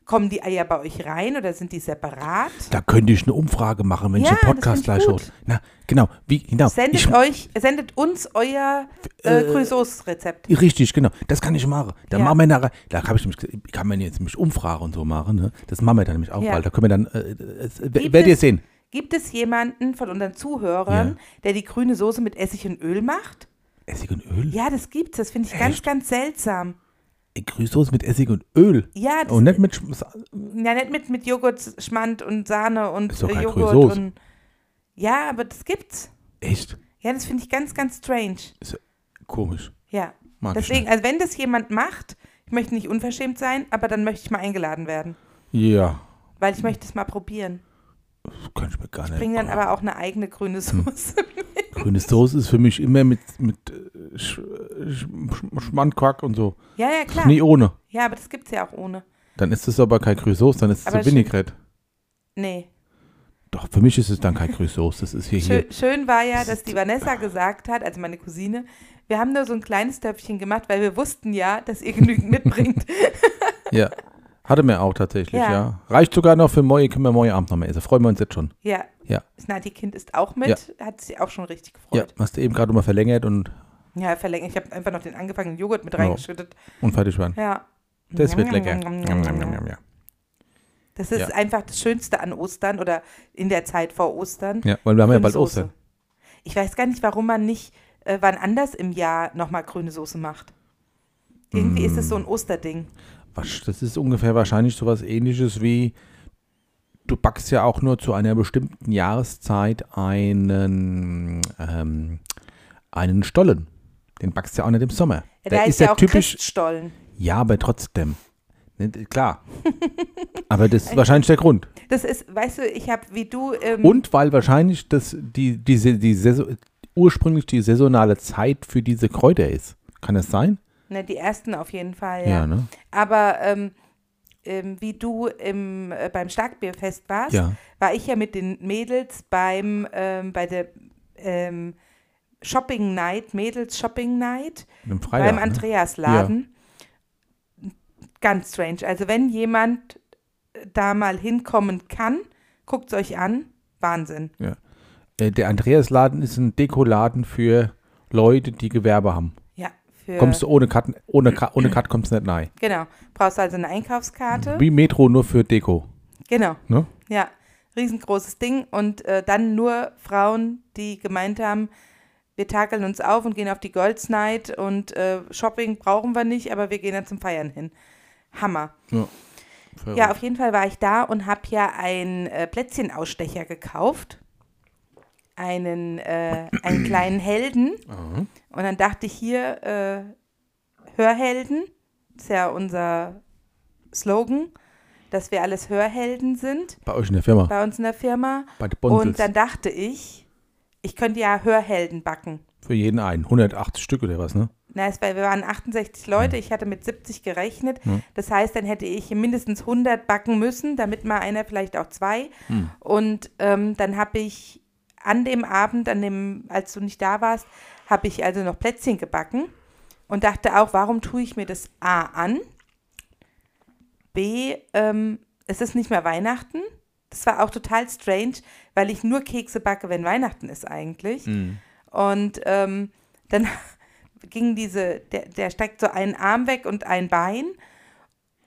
[SPEAKER 2] Kommen die Eier bei euch rein oder sind die separat?
[SPEAKER 3] Da könnte ich eine Umfrage machen, wenn
[SPEAKER 2] Ja,
[SPEAKER 3] ich den Podcast
[SPEAKER 2] das find ich
[SPEAKER 3] gleich hole.
[SPEAKER 2] gut.
[SPEAKER 3] Na, genau. Wie, genau.
[SPEAKER 2] Sendet
[SPEAKER 3] ich,
[SPEAKER 2] euch, sendet uns euer äh,
[SPEAKER 3] Äh,
[SPEAKER 2] grüne Soße-Rezept.
[SPEAKER 3] Richtig, genau. Das kann ich machen. Da
[SPEAKER 2] Ja.
[SPEAKER 3] machen wir nachher, da kann ich nämlich, kann man jetzt nämlich Umfragen und so machen, ne? Das machen wir dann nämlich auch,
[SPEAKER 2] Ja.
[SPEAKER 3] weil da können wir dann, äh, es,
[SPEAKER 2] Gibt
[SPEAKER 3] werdet ihr
[SPEAKER 2] es-
[SPEAKER 3] sehen.
[SPEAKER 2] Gibt es jemanden von unseren Zuhörern,
[SPEAKER 3] Ja.
[SPEAKER 2] der die grüne Soße mit Essig und Öl macht?
[SPEAKER 3] Essig und Öl?
[SPEAKER 2] Ja, das gibt's. Das finde ich ganz,
[SPEAKER 3] Echt?
[SPEAKER 2] ganz seltsam.
[SPEAKER 3] Äh, Grüßsoße mit Essig und Öl.
[SPEAKER 2] Ja, das
[SPEAKER 3] Und nicht mit Sch- Sa-
[SPEAKER 2] Ja, nicht mit, mit Joghurt, Schmand und Sahne und
[SPEAKER 3] Ist doch
[SPEAKER 2] äh,
[SPEAKER 3] keine
[SPEAKER 2] Joghurt
[SPEAKER 3] Croissance.
[SPEAKER 2] und. Ja, aber das gibt's.
[SPEAKER 3] Echt?
[SPEAKER 2] Ja, das finde ich ganz, ganz strange.
[SPEAKER 3] Ist komisch.
[SPEAKER 2] Ja.
[SPEAKER 3] Mag ich
[SPEAKER 2] Deswegen, also wenn das jemand macht, ich möchte nicht unverschämt sein, aber dann möchte ich mal eingeladen werden.
[SPEAKER 3] Ja.
[SPEAKER 2] Weil
[SPEAKER 3] Hm.
[SPEAKER 2] ich möchte es mal probieren.
[SPEAKER 3] Das kann ich mir gar nicht.
[SPEAKER 2] Bring dann aber auch eine eigene grüne
[SPEAKER 3] Hm.
[SPEAKER 2] Soße.
[SPEAKER 3] Grüne Soße ist für mich immer mit, mit äh, Sch Sch Sch Schmandquack und so.
[SPEAKER 2] Ja, ja, klar.
[SPEAKER 3] Nie ohne.
[SPEAKER 2] Ja, aber das gibt's ja auch ohne.
[SPEAKER 3] Dann ist es aber kein Grüßsoße, dann ist es
[SPEAKER 2] Aber
[SPEAKER 3] so Vinaigrette.
[SPEAKER 2] Nee.
[SPEAKER 3] Doch, für mich ist es dann kein Grüßsoße. Das ist hier, hier.
[SPEAKER 2] Schön, schön war ja, dass die Vanessa gesagt hat, also meine Cousine, wir haben nur so ein kleines Töpfchen gemacht, weil wir wussten ja, dass ihr genügend mitbringt.
[SPEAKER 3] Ja. Hatte mir auch tatsächlich,
[SPEAKER 2] Ja.
[SPEAKER 3] ja. Reicht sogar noch für morgen, können wir morgen Abend noch mal essen. Freuen wir uns jetzt schon.
[SPEAKER 2] Ja.
[SPEAKER 3] Ja.
[SPEAKER 2] Das Nati-Kind ist auch mit, hat sich auch schon richtig
[SPEAKER 3] Ja,
[SPEAKER 2] gefreut.
[SPEAKER 3] hast du eben gerade mal verlängert und,
[SPEAKER 2] Ja, verlängert. Ich habe einfach noch den angefangenen Joghurt mit
[SPEAKER 3] Ja.
[SPEAKER 2] reingeschüttet.
[SPEAKER 3] und fertig waren.
[SPEAKER 2] Ja.
[SPEAKER 3] Das wird
[SPEAKER 2] Nom,
[SPEAKER 3] lecker.
[SPEAKER 2] nom, nom,
[SPEAKER 3] Nom,
[SPEAKER 2] nom,
[SPEAKER 3] nom, nom,
[SPEAKER 2] nom.
[SPEAKER 3] nom, ja.
[SPEAKER 2] Das ist
[SPEAKER 3] Ja.
[SPEAKER 2] einfach das Schönste an Ostern oder in der Zeit vor Ostern.
[SPEAKER 3] ja, weil wir haben ja
[SPEAKER 2] Grüne
[SPEAKER 3] bald
[SPEAKER 2] Soße.
[SPEAKER 3] Ostern.
[SPEAKER 2] Ich weiß gar nicht, warum man nicht äh, wann anders im Jahr nochmal grüne Soße macht. Irgendwie
[SPEAKER 3] Mm.
[SPEAKER 2] ist es so ein Osterding.
[SPEAKER 3] Wasch- Das ist ungefähr wahrscheinlich sowas ähnliches wie du backst ja auch nur zu einer bestimmten Jahreszeit einen, ähm, einen Stollen. Den backst du ja auch nicht im Sommer.
[SPEAKER 2] Ja,
[SPEAKER 3] Der
[SPEAKER 2] da
[SPEAKER 3] ist ja
[SPEAKER 2] auch
[SPEAKER 3] typisch.
[SPEAKER 2] Christstollen.
[SPEAKER 3] Ja, aber trotzdem. Ne, d- Klar. aber das ist wahrscheinlich der Grund.
[SPEAKER 2] Das ist, weißt du, ich habe wie du ähm,
[SPEAKER 3] Und weil wahrscheinlich das, die, die, die, die Saison, ursprünglich die saisonale Zeit für diese Kräuter ist. Kann das sein?
[SPEAKER 2] ne, die ersten auf jeden Fall.
[SPEAKER 3] Ja,
[SPEAKER 2] Ja.
[SPEAKER 3] ne?
[SPEAKER 2] Aber ähm, ähm, wie du im, äh, beim Starkbierfest warst,
[SPEAKER 3] Ja.
[SPEAKER 2] war ich ja mit den Mädels beim ähm, bei der ähm, Shopping Night, Mädels Shopping Night
[SPEAKER 3] Mit dem Freitag.
[SPEAKER 2] beim
[SPEAKER 3] ne?
[SPEAKER 2] Andreasladen. Ganz strange. Also wenn jemand äh, da mal hinkommen kann, guckt es euch an. Wahnsinn.
[SPEAKER 3] Äh, Der Andreasladen ist ein Dekoladen für Leute, die Gewerbe haben.
[SPEAKER 2] Ja, für,
[SPEAKER 3] Kommst du ohne Karten, ohne, Ka- ohne Karte kommst du nicht rein.
[SPEAKER 2] Genau. Brauchst also eine Einkaufskarte.
[SPEAKER 3] Wie Metro nur für Deko.
[SPEAKER 2] Genau.
[SPEAKER 3] Ne?
[SPEAKER 2] Ja, riesengroßes Ding. Und äh, dann nur Frauen, die gemeint haben, wir takeln uns auf und gehen auf die Girls Night und äh, Shopping brauchen wir nicht, aber wir gehen dann zum Feiern hin. Hammer. Ja, auf jeden Fall war ich da und habe ja einen äh, Plätzchenausstecher gekauft. Einen, äh, einen kleinen Helden. Und dann dachte ich hier, äh, Hörhelden, ist ja unser Slogan, dass wir alles Hörhelden sind
[SPEAKER 3] Bei euch in der Firma.
[SPEAKER 2] bei uns in der Firma.
[SPEAKER 3] Bei den Bonsels.
[SPEAKER 2] Und dann dachte ich, ich könnte ja Hörhelden backen.
[SPEAKER 3] Für jeden einen. 180 Stück oder was, ne?
[SPEAKER 2] Na, es war, wir waren 68 Leute, ich hatte mit 70 gerechnet. Das heißt, dann hätte ich mindestens 100 backen müssen, damit mal einer vielleicht auch zwei. Und ähm, dann habe ich an dem Abend, an dem, als du nicht da warst, habe ich also noch Plätzchen gebacken und dachte auch, warum tue ich mir das A an? B, ähm, es ist nicht mehr Weihnachten. Das war auch total strange, weil ich nur Kekse backe, wenn Weihnachten ist eigentlich. Und ähm, dann ging diese, der, der streckt so einen Arm weg und ein Bein.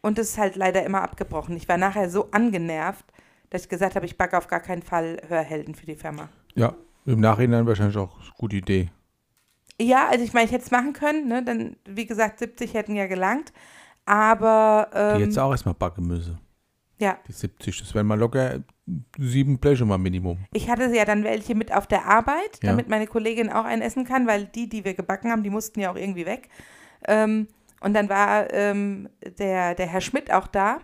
[SPEAKER 2] Und das ist halt leider immer abgebrochen. Ich war nachher so angenervt, dass ich gesagt habe, ich backe auf gar keinen Fall Hörhelden für die Firma.
[SPEAKER 3] Ja. Im Nachhinein wahrscheinlich auch eine gute Idee.
[SPEAKER 2] Ja, also ich meine, ich hätte es machen können, ne? Dann, wie gesagt, 70 hätten ja gelangt. Aber ähm,
[SPEAKER 3] Die jetzt auch erstmal backen müssen.
[SPEAKER 2] ja,
[SPEAKER 3] Die 70, das wären mal locker sieben Bleche mal Minimum.
[SPEAKER 2] ich hatte ja dann welche mit auf der Arbeit,
[SPEAKER 3] Ja.
[SPEAKER 2] damit meine Kollegin auch einen essen kann, weil die, die wir gebacken haben, die mussten ja auch irgendwie weg. Ähm, und dann war ähm, der, der Herr Schmidt auch da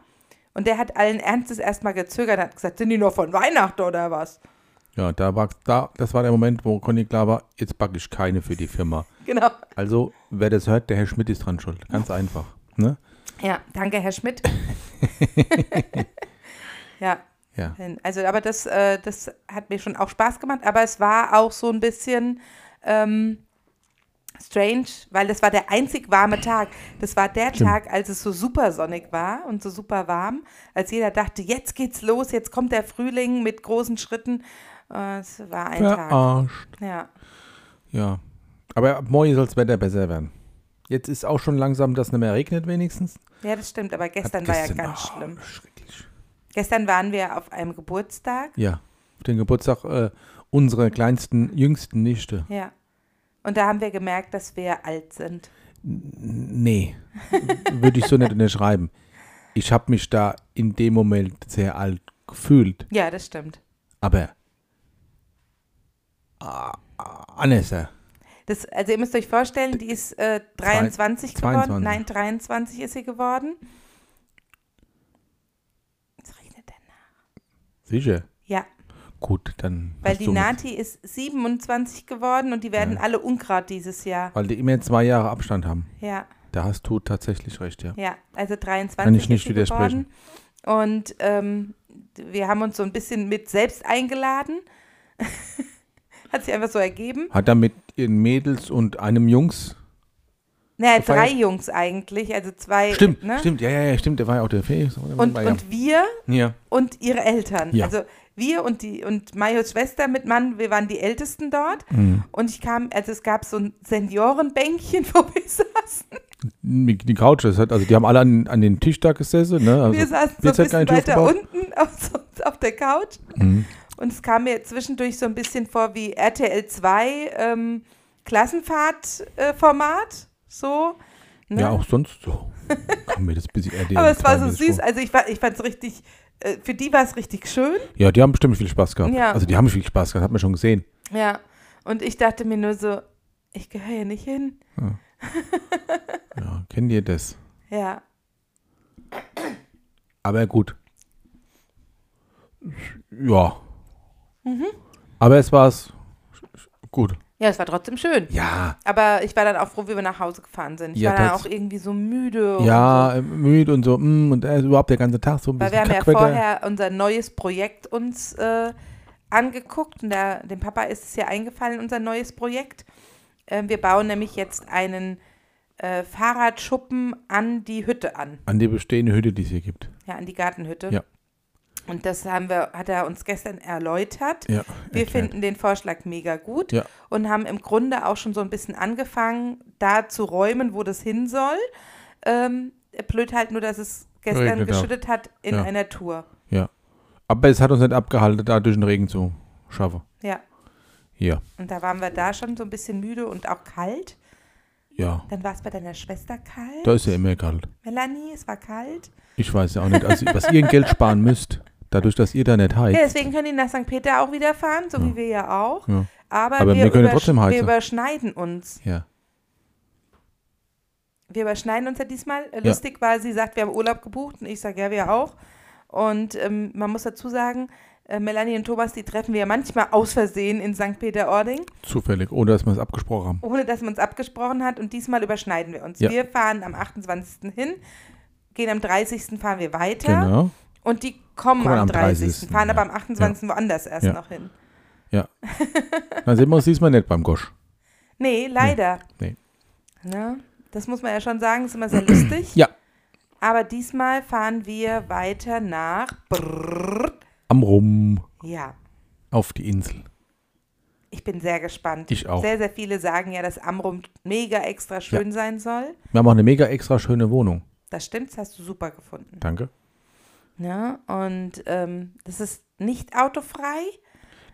[SPEAKER 2] und der hat allen Ernstes erstmal gezögert und hat gesagt, sind die nur von Weihnachten oder was?
[SPEAKER 3] Ja, da war, da, das war der Moment, wo Conny klar war, jetzt backe ich keine für die Firma.
[SPEAKER 2] Genau.
[SPEAKER 3] Also, wer das hört, der Herr Schmidt ist dran schuld. Ganz einfach. Ne?
[SPEAKER 2] Ja, danke, Herr Schmidt. ja,
[SPEAKER 3] Ja.
[SPEAKER 2] also aber das, äh, das hat mir schon auch Spaß gemacht, aber es war auch so ein bisschen ähm, strange, weil das war der einzig warme Tag. Das war der
[SPEAKER 3] Stimmt.
[SPEAKER 2] Tag, als es so supersonnig war und so super warm, als jeder dachte, jetzt geht's los, jetzt kommt der Frühling mit großen Schritten. Äh, es war ein Tag.
[SPEAKER 3] Verarscht.
[SPEAKER 2] Ja.
[SPEAKER 3] Ja. Aber ab morgen soll das Wetter besser werden. Jetzt ist auch schon langsam, dass es nicht mehr regnet wenigstens.
[SPEAKER 2] ja, das stimmt, aber
[SPEAKER 3] Hat
[SPEAKER 2] gestern, war ja ganz
[SPEAKER 3] oh,
[SPEAKER 2] schlimm.
[SPEAKER 3] Schrecklich.
[SPEAKER 2] Gestern waren wir auf einem Geburtstag.
[SPEAKER 3] Ja, auf den Geburtstag äh, unserer kleinsten, jüngsten Nichte.
[SPEAKER 2] Ja. Und da haben wir gemerkt, dass wir alt sind.
[SPEAKER 3] Nee, würde ich so nicht unterschreiben. Ich habe mich da in dem Moment sehr alt gefühlt,
[SPEAKER 2] Ja, das stimmt.
[SPEAKER 3] aber ah, ah, anders. ja.
[SPEAKER 2] Das, also ihr müsst euch vorstellen, die ist äh, 23 geworden.
[SPEAKER 3] 22.
[SPEAKER 2] Nein, 23 ist sie geworden. Was rechnet denn?
[SPEAKER 3] Sicher.
[SPEAKER 2] Ja,
[SPEAKER 3] Gut, dann.
[SPEAKER 2] weil
[SPEAKER 3] hast
[SPEAKER 2] die
[SPEAKER 3] du mich.
[SPEAKER 2] Nati ist 27 geworden und die werden alle ungrad dieses Jahr.
[SPEAKER 3] Weil die immer zwei Jahre Abstand haben.
[SPEAKER 2] Ja,
[SPEAKER 3] Da hast du tatsächlich recht, ja.
[SPEAKER 2] ja, also 23
[SPEAKER 3] Kann ich nicht
[SPEAKER 2] ist sie
[SPEAKER 3] widersprechen.
[SPEAKER 2] geworden. Und ähm, wir haben uns so ein bisschen mit selbst eingeladen. Hat sich einfach so ergeben.
[SPEAKER 3] Hat er mit ihren Mädels und einem Jungs.
[SPEAKER 2] Naja, drei
[SPEAKER 3] Gefeiert?
[SPEAKER 2] Jungs eigentlich, also zwei.
[SPEAKER 3] Stimmt,
[SPEAKER 2] ne?
[SPEAKER 3] stimmt, ja, ja, ja, stimmt, der war ja auch der Felix. oder?
[SPEAKER 2] Und,
[SPEAKER 3] War ja.
[SPEAKER 2] und wir
[SPEAKER 3] ja.
[SPEAKER 2] und ihre Eltern.
[SPEAKER 3] Ja.
[SPEAKER 2] Also wir und die und Majos Schwester mit Mann, wir waren die Ältesten dort.
[SPEAKER 3] Mhm.
[SPEAKER 2] Und ich kam, also es gab so ein Seniorenbänkchen, wo wir saßen.
[SPEAKER 3] Die, die Couch, das hat, also die haben alle an, an den Tisch da gesessen, ne? Also
[SPEAKER 2] wir saßen so ein
[SPEAKER 3] Blitz hat
[SPEAKER 2] bisschen
[SPEAKER 3] gar nicht
[SPEAKER 2] weiter
[SPEAKER 3] aufgebaut.
[SPEAKER 2] unten auf, so- auf der Couch.
[SPEAKER 3] Mhm.
[SPEAKER 2] Und es kam mir zwischendurch so ein bisschen vor wie RTL 2 ähm, Klassenfahrtformat. Äh, Format, so. Ne?
[SPEAKER 3] Ja, auch sonst so. Komm mir das bisschen RTL
[SPEAKER 2] Aber es war so
[SPEAKER 3] teilmäßig
[SPEAKER 2] süß.
[SPEAKER 3] vor.
[SPEAKER 2] Also ich, war- ich fand es richtig äh, für die war es richtig schön.
[SPEAKER 3] Ja, die haben bestimmt viel Spaß gehabt.
[SPEAKER 2] Ja.
[SPEAKER 3] Also die haben viel Spaß gehabt, hat man schon gesehen.
[SPEAKER 2] Ja. Und ich dachte mir nur so, ich gehöre hier nicht hin.
[SPEAKER 3] Ja, kennt ihr das?
[SPEAKER 2] Ja.
[SPEAKER 3] Aber gut. Ja.
[SPEAKER 2] Mhm.
[SPEAKER 3] Aber es war's gut.
[SPEAKER 2] Ja, es war trotzdem schön.
[SPEAKER 3] Ja.
[SPEAKER 2] Aber ich war dann auch froh, wie wir nach Hause gefahren sind. Ich
[SPEAKER 3] Ja,
[SPEAKER 2] war dann
[SPEAKER 3] das-
[SPEAKER 2] auch irgendwie so müde. und
[SPEAKER 3] Ja, äh, müde und so, mm, und äh, überhaupt der ganze Tag so ein
[SPEAKER 2] Weil
[SPEAKER 3] bisschen
[SPEAKER 2] wir haben ja
[SPEAKER 3] Kackwetter.
[SPEAKER 2] vorher unser neues Projekt uns äh, angeguckt und da, dem Papa ist es ja eingefallen, unser neues Projekt. Ähm, wir bauen nämlich jetzt einen äh, Fahrradschuppen an die Hütte an,
[SPEAKER 3] An die bestehende Hütte, die es hier gibt.
[SPEAKER 2] ja, an die Gartenhütte.
[SPEAKER 3] Ja.
[SPEAKER 2] Und das haben wir, hat er uns gestern erläutert.
[SPEAKER 3] Ja.
[SPEAKER 2] Wir
[SPEAKER 3] erklärt.
[SPEAKER 2] finden den Vorschlag mega gut
[SPEAKER 3] Ja.
[SPEAKER 2] und haben im Grunde auch schon so ein bisschen angefangen, da zu räumen, wo das hin soll. Ähm, blöd halt nur, dass es gestern
[SPEAKER 3] Regnet hat.
[SPEAKER 2] geschüttet hat in
[SPEAKER 3] genau. Ja.
[SPEAKER 2] einer Tour.
[SPEAKER 3] Ja. Aber es hat uns nicht abgehalten, da durch den Regen zu schaffen.
[SPEAKER 2] Ja.
[SPEAKER 3] Ja.
[SPEAKER 2] Und da waren wir da schon so ein bisschen müde und auch kalt.
[SPEAKER 3] Ja.
[SPEAKER 2] Dann war es bei deiner Schwester kalt.
[SPEAKER 3] Da ist ja immer kalt.
[SPEAKER 2] Melanie, es war kalt.
[SPEAKER 3] Ich weiß ja auch nicht, also, was ihr in Geld sparen müsst, dadurch, dass ihr da nicht heizt.
[SPEAKER 2] Ja, deswegen können die nach St. Peter auch wieder fahren, so wie wir ja auch.
[SPEAKER 3] Ja.
[SPEAKER 2] Aber,
[SPEAKER 3] Aber
[SPEAKER 2] wir,
[SPEAKER 3] wir können
[SPEAKER 2] übersch-
[SPEAKER 3] trotzdem heizen.
[SPEAKER 2] wir überschneiden uns.
[SPEAKER 3] ja.
[SPEAKER 2] Wir überschneiden uns ja diesmal. Äh,
[SPEAKER 3] Ja.
[SPEAKER 2] Lustig war, sie sagt, wir haben Urlaub gebucht und ich sage, ja, wir auch. Und ähm, man muss dazu sagen, äh, Melanie und Thomas, die treffen wir ja manchmal aus Versehen in St. Peter-Ording,
[SPEAKER 3] Zufällig, ohne dass wir es abgesprochen haben.
[SPEAKER 2] ohne dass man es abgesprochen hat. Und diesmal überschneiden wir uns.
[SPEAKER 3] Ja.
[SPEAKER 2] Wir fahren am 28. hin, gehen am 30. fahren wir weiter.
[SPEAKER 3] Genau.
[SPEAKER 2] Und die kommen,
[SPEAKER 3] Kommen
[SPEAKER 2] am
[SPEAKER 3] am
[SPEAKER 2] 30.
[SPEAKER 3] 30.,
[SPEAKER 2] fahren aber
[SPEAKER 3] ja.
[SPEAKER 2] am 28. woanders erst
[SPEAKER 3] Ja.
[SPEAKER 2] noch hin.
[SPEAKER 3] Dann sehen wir uns diesmal nicht beim Gosch.
[SPEAKER 2] Nee, leider.
[SPEAKER 3] Nee.
[SPEAKER 2] Ne? Das muss man ja schon sagen, ist immer sehr lustig.
[SPEAKER 3] Ja.
[SPEAKER 2] Aber diesmal fahren wir weiter nach. Brrr,
[SPEAKER 3] Am Rum
[SPEAKER 2] ja,
[SPEAKER 3] auf die Insel.
[SPEAKER 2] ich bin sehr gespannt.
[SPEAKER 3] Ich auch.
[SPEAKER 2] Sehr, sehr viele sagen ja, dass Amrum mega extra schön sein soll.
[SPEAKER 3] Wir haben auch eine mega extra schöne Wohnung.
[SPEAKER 2] Das stimmt, das hast du super gefunden.
[SPEAKER 3] Danke.
[SPEAKER 2] Ne? Und ähm, das ist nicht autofrei.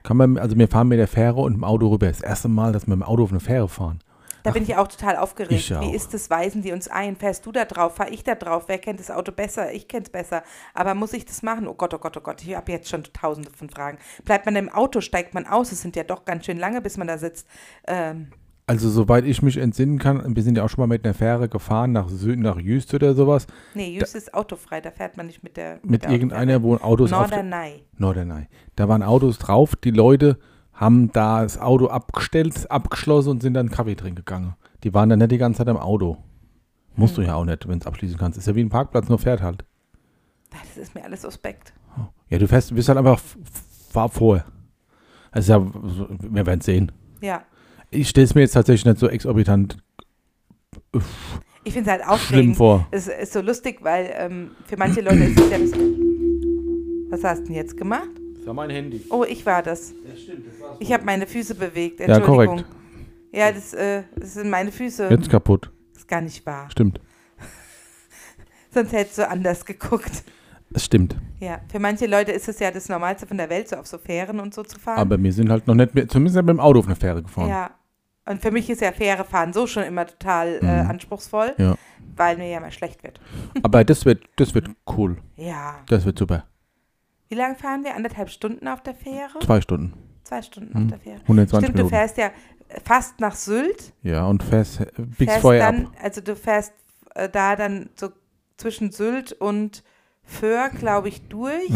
[SPEAKER 3] Kann man, also wir fahren mit der Fähre und dem Auto rüber. Das erste Mal, dass wir mit dem Auto auf eine Fähre fahren.
[SPEAKER 2] Da bin ich auch total aufgeregt.
[SPEAKER 3] Ich auch.
[SPEAKER 2] Wie ist es? Weisen die uns ein? Fährst du da drauf? Fahr ich da drauf? Wer kennt das Auto besser? Ich kenn's besser. Aber muss ich das machen? Oh Gott, oh Gott, oh Gott. Ich habe jetzt schon tausende von Fragen. Bleibt man im Auto? Steigt man aus? Es sind ja doch ganz schön lange, bis man da sitzt. Ähm,
[SPEAKER 3] Also soweit ich mich entsinnen kann, wir sind ja auch schon mal mit einer Fähre gefahren nach Süden, nach Jüst oder sowas.
[SPEAKER 2] nee, Jüst ist autofrei. Da fährt man nicht mit der.
[SPEAKER 3] Mit
[SPEAKER 2] der
[SPEAKER 3] irgendeiner, wo Autos auf
[SPEAKER 2] Norderney.
[SPEAKER 3] Norderney. Da waren Autos drauf, die Leute haben da das Auto abgestellt, abgeschlossen und sind dann Kaffee trinken gegangen. Die waren dann nicht die ganze Zeit am Auto. Musst
[SPEAKER 2] Hm.
[SPEAKER 3] du ja auch nicht, wenn es abschließen kannst. Ist ja wie ein Parkplatz, nur fährt halt.
[SPEAKER 2] Das ist mir alles suspekt.
[SPEAKER 3] Ja, du fährst, bist halt einfach, f- fahr vor. Also ja, so, wir werden sehen.
[SPEAKER 2] Ja.
[SPEAKER 3] Ich stelle es mir jetzt tatsächlich nicht so exorbitant f-
[SPEAKER 2] Ich finde es halt aufregend.
[SPEAKER 3] schlimm vor.
[SPEAKER 2] Es ist so lustig, weil ähm, für manche Leute ist es ja. Was hast du denn jetzt gemacht?
[SPEAKER 3] Das war mein Handy.
[SPEAKER 2] Oh, ich war das. Ich habe meine Füße bewegt.
[SPEAKER 3] Ja,
[SPEAKER 2] Entschuldigung.
[SPEAKER 3] korrekt.
[SPEAKER 2] Ja, das, äh, das sind meine Füße.
[SPEAKER 3] Jetzt kaputt,
[SPEAKER 2] Das ist gar nicht wahr.
[SPEAKER 3] stimmt.
[SPEAKER 2] Sonst hättest du anders geguckt.
[SPEAKER 3] Es stimmt.
[SPEAKER 2] Ja, für manche Leute ist es ja das Normalste von der Welt, so auf so Fähren und so zu fahren.
[SPEAKER 3] Aber wir sind halt noch nicht, mehr, zumindest nicht mit dem Auto auf eine Fähre gefahren.
[SPEAKER 2] ja. Und für mich ist ja Fähre fahren so schon immer total äh, anspruchsvoll,
[SPEAKER 3] Mhm. Ja.
[SPEAKER 2] weil mir ja mal schlecht wird.
[SPEAKER 3] Aber das wird, das wird cool.
[SPEAKER 2] Ja.
[SPEAKER 3] Das wird super.
[SPEAKER 2] Wie lange fahren wir? Anderthalb Stunden auf der Fähre?
[SPEAKER 3] Zwei Stunden.
[SPEAKER 2] Zwei Stunden auf der Fähre.
[SPEAKER 3] 120
[SPEAKER 2] Stimmt, du
[SPEAKER 3] Hm. Minuten.
[SPEAKER 2] fährst ja äh, fast nach Sylt.
[SPEAKER 3] Ja, und fährst, äh, biegst
[SPEAKER 2] fährst
[SPEAKER 3] vorher
[SPEAKER 2] dann,
[SPEAKER 3] ab.
[SPEAKER 2] also du fährst äh, da dann so zwischen Sylt und Föhr, glaube ich, durch,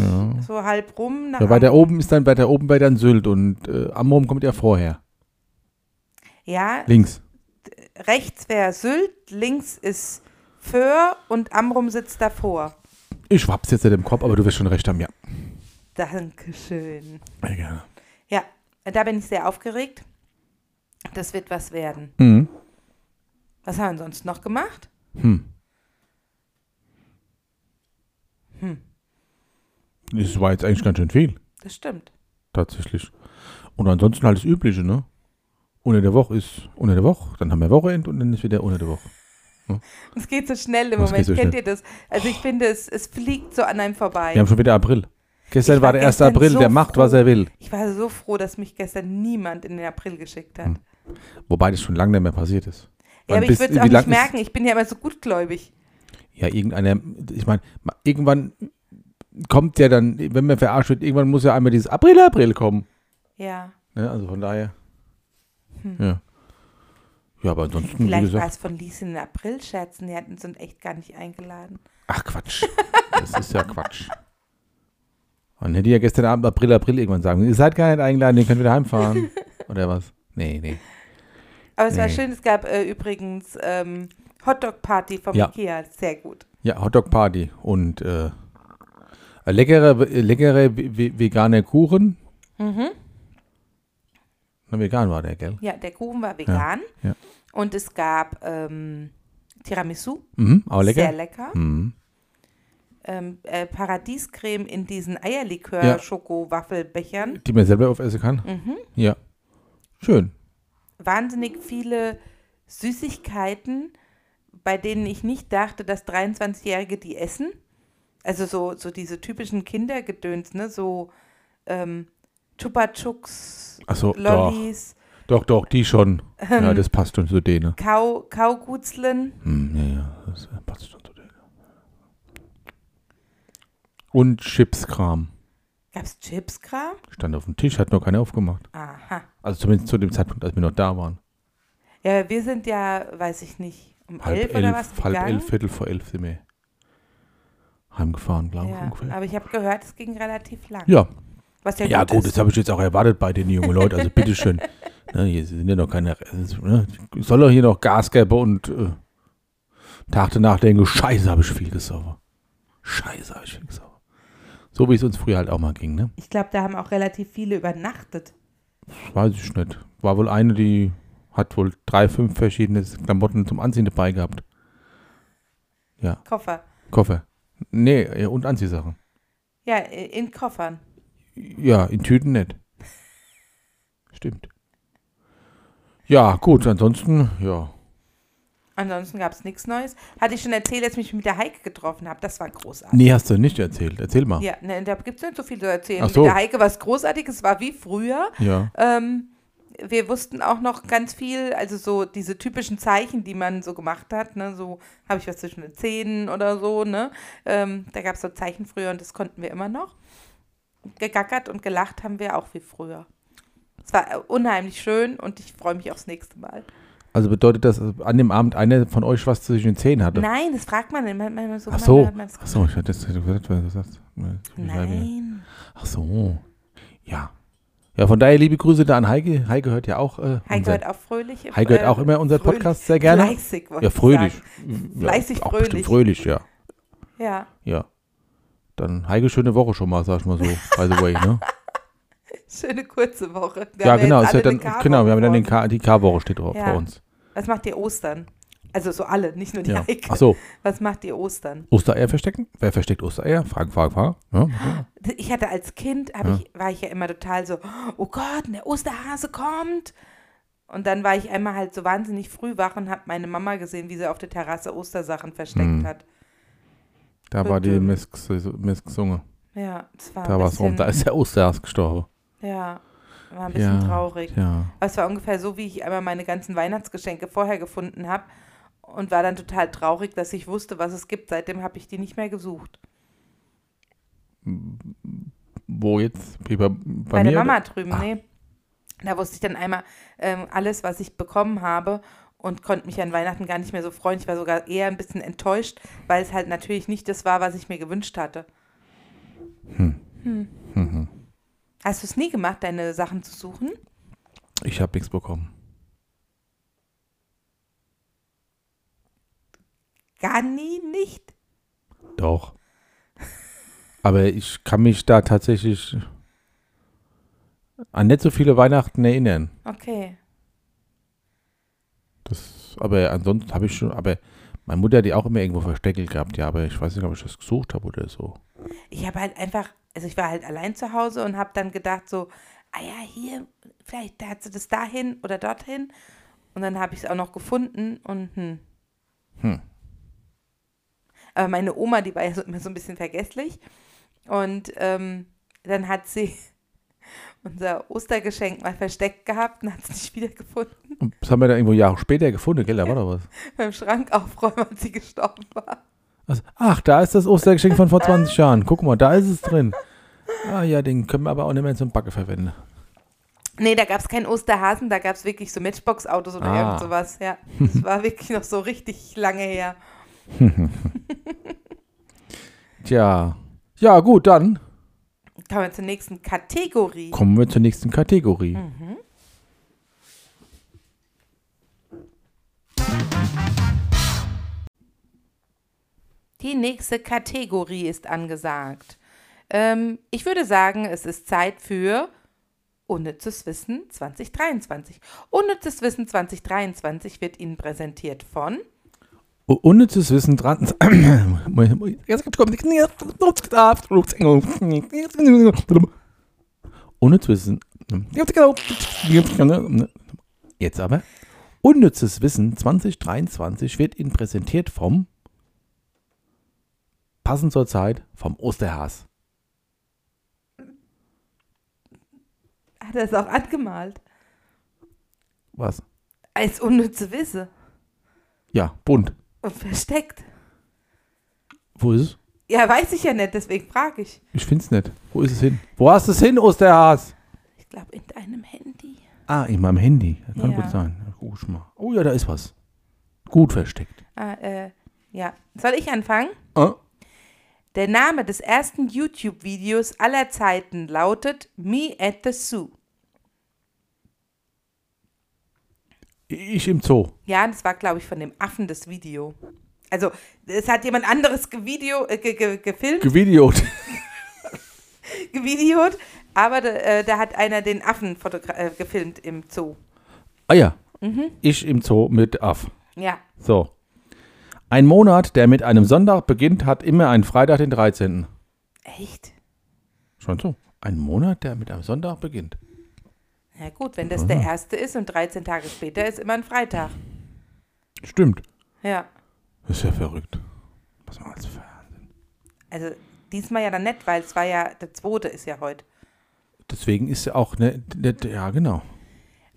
[SPEAKER 2] so halb rum. Nach
[SPEAKER 3] Ja, weiter
[SPEAKER 2] Am-
[SPEAKER 3] oben ist dann, weiter oben wäre dann Sylt und äh, Amrum kommt ja vorher.
[SPEAKER 2] ja
[SPEAKER 3] Links.
[SPEAKER 2] rechts wäre Sylt, links ist Föhr und Amrum sitzt davor.
[SPEAKER 3] Ich hab's jetzt nicht im Kopf, aber du wirst schon recht haben, ja.
[SPEAKER 2] Dankeschön.
[SPEAKER 3] Ja, gerne.
[SPEAKER 2] Ja, da bin ich sehr aufgeregt. Das wird was werden.
[SPEAKER 3] Mhm.
[SPEAKER 2] Was haben wir sonst noch gemacht?
[SPEAKER 3] Das war jetzt eigentlich ganz schön viel,
[SPEAKER 2] Das stimmt.
[SPEAKER 3] tatsächlich. Und ansonsten halt das Übliche, ne? Unter der Woche ist unter der Woche, dann haben wir Wochenend und dann ist wieder unter der Woche.
[SPEAKER 2] Es geht so schnell im
[SPEAKER 3] Oh, Es
[SPEAKER 2] Moment.
[SPEAKER 3] geht so
[SPEAKER 2] Kennt
[SPEAKER 3] schnell.
[SPEAKER 2] ihr das? Also ich finde, es, es fliegt so an einem vorbei.
[SPEAKER 3] Wir haben schon wieder April. Gestern
[SPEAKER 2] Ich
[SPEAKER 3] war der 1.
[SPEAKER 2] gestern
[SPEAKER 3] April,
[SPEAKER 2] so
[SPEAKER 3] der macht,
[SPEAKER 2] froh.
[SPEAKER 3] was er will.
[SPEAKER 2] Ich war so froh, dass mich gestern niemand in den April geschickt
[SPEAKER 3] Hm.
[SPEAKER 2] hat.
[SPEAKER 3] Wobei das schon lange nicht mehr passiert ist.
[SPEAKER 2] Ja,
[SPEAKER 3] Wann
[SPEAKER 2] aber ich
[SPEAKER 3] bist-
[SPEAKER 2] würde
[SPEAKER 3] wie
[SPEAKER 2] es auch
[SPEAKER 3] lang
[SPEAKER 2] nicht
[SPEAKER 3] ist-
[SPEAKER 2] merken. Ich bin ja immer so gutgläubig.
[SPEAKER 3] Ja, irgendeiner, ich meine, ma- irgendwann kommt ja dann, wenn man verarscht wird, irgendwann muss ja einmal dieses April, April kommen.
[SPEAKER 2] Ja.
[SPEAKER 3] Ne? Also von daher. Ja. Ja, aber ansonsten, wie
[SPEAKER 2] Vielleicht war
[SPEAKER 3] gesagt.
[SPEAKER 2] es von Lise in den April-Scherzen. Die hatten uns dann echt gar nicht eingeladen.
[SPEAKER 3] Ach Quatsch. Das ist ja Quatsch. Und hätte ich ja gestern Abend April, April irgendwann sagen. müssen, Ihr seid gar nicht eingeladen, ihr könnt wieder heimfahren. Oder was? Nee, nee.
[SPEAKER 2] Aber es war
[SPEAKER 3] Nee.
[SPEAKER 2] schön. Es gab äh, übrigens ähm, Hotdog-Party vom
[SPEAKER 3] Ja.
[SPEAKER 2] Ikea. Sehr gut.
[SPEAKER 3] Ja, Hotdog Party und äh, leckere, leckere ve- ve- vegane Kuchen. Na, vegan war der, gell?
[SPEAKER 2] Ja, der Kuchen war vegan.
[SPEAKER 3] ja.
[SPEAKER 2] Und es gab ähm, Tiramisu.
[SPEAKER 3] Mhm, auch lecker.
[SPEAKER 2] Sehr lecker.
[SPEAKER 3] Mhm.
[SPEAKER 2] Ähm, äh, Paradiescreme in diesen
[SPEAKER 3] Ja.
[SPEAKER 2] Eierlikör-Schoko-Waffelbechern.
[SPEAKER 3] Die man selber aufessen kann.
[SPEAKER 2] Mhm.
[SPEAKER 3] Ja. Schön.
[SPEAKER 2] wahnsinnig viele Süßigkeiten, bei denen ich nicht dachte, dass 23-Jährige die essen. Also so, so diese typischen Kindergedöns, ne? So ähm, Chupa Chups,
[SPEAKER 3] Ach so,
[SPEAKER 2] Lollis,
[SPEAKER 3] Doch, doch, die schon. ja, das passt schon zu denen.
[SPEAKER 2] Kau, Kaugutzlen.
[SPEAKER 3] Hm, ja, ja, das passt schon zu denen. Und Chipskram.
[SPEAKER 2] Gab es Chipskram?
[SPEAKER 3] Stand auf dem Tisch, hat noch keiner aufgemacht.
[SPEAKER 2] Aha.
[SPEAKER 3] Also zumindest zu dem Zeitpunkt, als wir noch da waren.
[SPEAKER 2] Ja, wir sind ja, weiß ich nicht, um
[SPEAKER 3] Halb
[SPEAKER 2] elf,
[SPEAKER 3] elf,
[SPEAKER 2] oder was
[SPEAKER 3] halb
[SPEAKER 2] gegangen.
[SPEAKER 3] elf, Viertel vor elf sind wir heimgefahren, glaube ich.
[SPEAKER 2] ja,
[SPEAKER 3] ungefähr.
[SPEAKER 2] aber ich habe gehört, es ging relativ lang.
[SPEAKER 3] Ja,
[SPEAKER 2] was ja,
[SPEAKER 3] ja
[SPEAKER 2] gut,
[SPEAKER 3] gut,
[SPEAKER 2] ist.
[SPEAKER 3] das habe ich jetzt auch erwartet bei den jungen Leuten. Also bitteschön. ne, hier sind ja noch keine. Ne, soll doch hier noch Gas geben und äh, Tag danach denken, Scheiße, habe ich viel gesaufen. Scheiße, habe ich viel gesaufen. So wie es uns früher halt auch mal ging, ne?
[SPEAKER 2] ich glaube, da haben auch relativ viele übernachtet.
[SPEAKER 3] Das weiß ich nicht. War wohl eine, die hat wohl drei, fünf verschiedene Klamotten zum Anziehen dabei gehabt.
[SPEAKER 2] Koffer.
[SPEAKER 3] Koffer. Nee, und Anziehsachen.
[SPEAKER 2] Ja, in Koffern.
[SPEAKER 3] Ja, in Tüten nicht. Stimmt. Ja, gut, ansonsten, ja.
[SPEAKER 2] Ansonsten gab es nichts Neues. Hatte ich schon erzählt, dass ich mich mit der Heike getroffen habe. Das war großartig.
[SPEAKER 3] Nee, hast du nicht erzählt. Erzähl mal. Ja.
[SPEAKER 2] Ja, ne, da gibt es nicht so viel zu erzählen.
[SPEAKER 3] Ach so.
[SPEAKER 2] Mit der Heike war es großartig. Es war wie früher.
[SPEAKER 3] Ja.
[SPEAKER 2] Ähm, wir wussten auch noch ganz viel, also so diese typischen Zeichen, die man so gemacht hat. Ne? So habe ich was zwischen den Zähnen oder so. Ne? Ähm, da gab es so Zeichen früher und das konnten wir immer noch. Gegackert und gelacht haben wir auch wie früher. Es war äh, unheimlich schön und ich freue mich aufs nächste Mal.
[SPEAKER 3] Also bedeutet das, dass an dem Abend einer von euch was zwischen den Zähnen hatte?
[SPEAKER 2] Nein, das fragt man immer. immer so,
[SPEAKER 3] Ach so.
[SPEAKER 2] man- man-
[SPEAKER 3] Ach so, ich hatte das gesagt, was du sagst.
[SPEAKER 2] Nein.
[SPEAKER 3] Ach so. Ja. Ja, von daher liebe Grüße da an Heike. Heike hört ja auch. Äh,
[SPEAKER 2] Heike
[SPEAKER 3] unser-
[SPEAKER 2] hört auch fröhlich. im-
[SPEAKER 3] Heike hört
[SPEAKER 2] äh,
[SPEAKER 3] auch immer unseren
[SPEAKER 2] fröhlich-
[SPEAKER 3] Podcast sehr gerne.
[SPEAKER 2] Fleißig, wollte
[SPEAKER 3] ja,
[SPEAKER 2] ich
[SPEAKER 3] fröhlich.
[SPEAKER 2] sagen.
[SPEAKER 3] Ja,
[SPEAKER 2] Fleißig
[SPEAKER 3] auch bestimmt fröhlich, ja.
[SPEAKER 2] Ja,
[SPEAKER 3] Ja. Dann Heike, schöne Woche schon mal, sag ich mal so, by the way, ne?
[SPEAKER 2] schöne kurze Woche. Wir
[SPEAKER 3] ja,
[SPEAKER 2] haben
[SPEAKER 3] genau,
[SPEAKER 2] jetzt
[SPEAKER 3] ist ja
[SPEAKER 2] alle
[SPEAKER 3] dann,
[SPEAKER 2] eine Karwoche
[SPEAKER 3] genau, wir haben dann den
[SPEAKER 2] vor
[SPEAKER 3] K, die K-Woche steht drauf
[SPEAKER 2] Ja.
[SPEAKER 3] vor uns.
[SPEAKER 2] uns. Was macht ihr Ostern? Also so alle, nicht nur die
[SPEAKER 3] Ja.
[SPEAKER 2] Heike.
[SPEAKER 3] Ach so,
[SPEAKER 2] Was macht ihr Ostern?
[SPEAKER 3] Ostereier verstecken? Wer versteckt Ostereier? Fragen, Fragen, Fragen. Ja, ja.
[SPEAKER 2] Ich hatte als Kind, hab
[SPEAKER 3] Ja.
[SPEAKER 2] ich, war ich ja immer total so, oh Gott, der Osterhase kommt. Und dann war ich einmal halt so wahnsinnig früh wach und habe meine Mama gesehen, wie sie auf der Terrasse Ostersachen versteckt
[SPEAKER 3] Hm.
[SPEAKER 2] hat.
[SPEAKER 3] Da war die
[SPEAKER 2] Bitte.
[SPEAKER 3] Missgesungen.
[SPEAKER 2] Ja, das war
[SPEAKER 3] Da
[SPEAKER 2] ein
[SPEAKER 3] war es
[SPEAKER 2] bisschen,
[SPEAKER 3] rum, da ist der Osterhase gestorben.
[SPEAKER 2] ja, war ein bisschen
[SPEAKER 3] Ja,
[SPEAKER 2] traurig.
[SPEAKER 3] Ja.
[SPEAKER 2] Aber Es war ungefähr so, wie ich einmal meine ganzen Weihnachtsgeschenke vorher gefunden habe und war dann total traurig, dass ich wusste, was es gibt. Seitdem habe ich die nicht mehr gesucht.
[SPEAKER 3] Wo jetzt? Wie Bei, bei,
[SPEAKER 2] Bei,
[SPEAKER 3] mir?
[SPEAKER 2] der Mama
[SPEAKER 3] oder?
[SPEAKER 2] drüben,
[SPEAKER 3] Ah.
[SPEAKER 2] nee. Da wusste ich dann einmal ähm, alles, was ich bekommen habe und konnte mich an Weihnachten gar nicht mehr so freuen. Ich war sogar eher ein bisschen enttäuscht, weil es halt natürlich nicht das war, was ich mir gewünscht hatte.
[SPEAKER 3] Mhm.
[SPEAKER 2] Hm. Hast du es nie gemacht, deine Sachen zu suchen?
[SPEAKER 3] Ich habe nichts bekommen.
[SPEAKER 2] Gar nie nicht.
[SPEAKER 3] Doch. Aber ich kann mich da tatsächlich an nicht so viele Weihnachten erinnern.
[SPEAKER 2] Okay.
[SPEAKER 3] Das, aber ansonsten habe ich schon, aber meine Mutter hat die auch immer irgendwo versteckelt gehabt, ja, aber ich weiß nicht, ob ich das gesucht habe oder so.
[SPEAKER 2] ich habe halt einfach, also ich war halt allein zu Hause und habe dann gedacht so, ah ja, hier, vielleicht da hat sie das dahin oder dorthin. Und dann habe ich es auch noch gefunden und hm.
[SPEAKER 3] Hm.
[SPEAKER 2] Aber meine Oma, die war ja so, immer so ein bisschen vergesslich. Und ähm, dann hat sie unser Ostergeschenk mal versteckt gehabt und hat es nicht wiedergefunden.
[SPEAKER 3] Und das haben wir dann irgendwo Jahre später gefunden, gell, da war doch was.
[SPEAKER 2] Beim Schrank aufräumen, als sie gestorben war.
[SPEAKER 3] Also, ach, da ist das Ostergeschenk von vor 20 Jahren. Guck mal, da ist es drin. Ah ja, den können wir aber auch nicht mehr zum Backe verwenden.
[SPEAKER 2] Nee, da gab es keinen Osterhasen, da gab es wirklich so Matchbox-Autos oder
[SPEAKER 3] Ah.
[SPEAKER 2] irgend sowas. Ja, das war wirklich noch so richtig lange her.
[SPEAKER 3] Tja. Ja, gut, dann
[SPEAKER 2] Kommen wir zur nächsten Kategorie.
[SPEAKER 3] kommen wir zur nächsten Kategorie.
[SPEAKER 2] Die nächste Kategorie ist angesagt. Ähm, ich würde sagen, es ist Zeit für Unnützes Wissen 2023. Unnützes Wissen 2023 wird Ihnen präsentiert von
[SPEAKER 3] U- Unnützes Wissen dran. Unnützes Wissen. Jetzt aber. Unnützes Wissen 2023 wird Ihnen präsentiert vom. Passend zur Zeit vom Osterhas.
[SPEAKER 2] hat er es auch angemalt.
[SPEAKER 3] Was?
[SPEAKER 2] Als unnütze Wisse
[SPEAKER 3] Ja, bunt.
[SPEAKER 2] und versteckt.
[SPEAKER 3] Wo ist es?
[SPEAKER 2] Ja, weiß ich ja nicht, deswegen frage ich.
[SPEAKER 3] Ich find's nicht. Wo ist es hin? Wo hast du es hin, Osterhas?
[SPEAKER 2] Ich glaube, in deinem Handy.
[SPEAKER 3] Ah, in meinem Handy. Das kann
[SPEAKER 2] Ja.
[SPEAKER 3] gut sein. Ja, Guck ich mal. Oh ja, da ist was. Gut versteckt.
[SPEAKER 2] Ah, äh, ja. Soll ich anfangen?
[SPEAKER 3] Ah.
[SPEAKER 2] Der Name des ersten YouTube-Videos aller Zeiten lautet Me at the Zoo.
[SPEAKER 3] Ich im Zoo.
[SPEAKER 2] Ja, das war, glaube ich, von dem Affen das Video. Also, es hat jemand anderes gevideo, äh, ge, ge, gefilmt,
[SPEAKER 3] Gevideot.
[SPEAKER 2] gevideot, aber da, äh, da hat einer den Affen fotogra- äh, gefilmt im Zoo.
[SPEAKER 3] Ah ja. Ich im Zoo mit Aff.
[SPEAKER 2] Ja,
[SPEAKER 3] So. Ein Monat, der mit einem Sonntag beginnt, hat immer einen Freitag, den 13.
[SPEAKER 2] echt?
[SPEAKER 3] Schon so. Ein Monat, der mit einem Sonntag beginnt.
[SPEAKER 2] Na gut, wenn das der erste ist und 13 Tage später ist immer ein Freitag.
[SPEAKER 3] Stimmt.
[SPEAKER 2] Ja,
[SPEAKER 3] Ist ja verrückt. Was man als Fernsehen.
[SPEAKER 2] also diesmal ja dann nicht, weil es war ja, der zweite ist ja heute.
[SPEAKER 3] Deswegen ist ja auch, ne, ne, ja genau.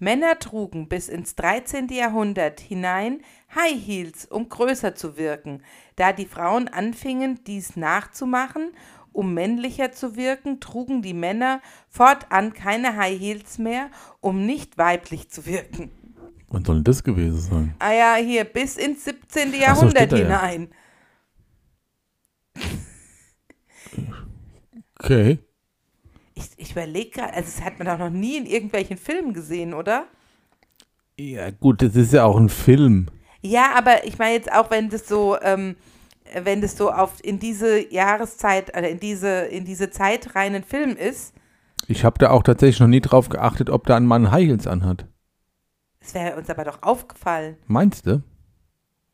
[SPEAKER 2] Männer trugen bis ins 13. Jahrhundert hinein High Heels, um größer zu wirken. Da die Frauen anfingen, dies nachzumachen, um männlicher zu wirken, trugen die Männer fortan keine High Heels mehr, um nicht weiblich zu wirken.
[SPEAKER 3] Wann soll denn das gewesen sein?
[SPEAKER 2] Ah ja, hier bis ins 17.
[SPEAKER 3] Ach so,
[SPEAKER 2] Jahrhundert
[SPEAKER 3] steht da ja.
[SPEAKER 2] hinein.
[SPEAKER 3] Okay.
[SPEAKER 2] Ich, ich überlege gerade, also das hat man doch noch nie in irgendwelchen Filmen gesehen, oder?
[SPEAKER 3] Ja gut, das ist ja auch ein Film.
[SPEAKER 2] Ja, aber ich meine jetzt auch, wenn das so, ähm, wenn das so auf in diese Jahreszeit oder in diese in diese Zeit rein ein Film ist,
[SPEAKER 3] Ich habe da auch tatsächlich noch nie drauf geachtet, ob da ein Mann High Heels anhat.
[SPEAKER 2] es wäre uns aber doch aufgefallen.
[SPEAKER 3] Meinst du?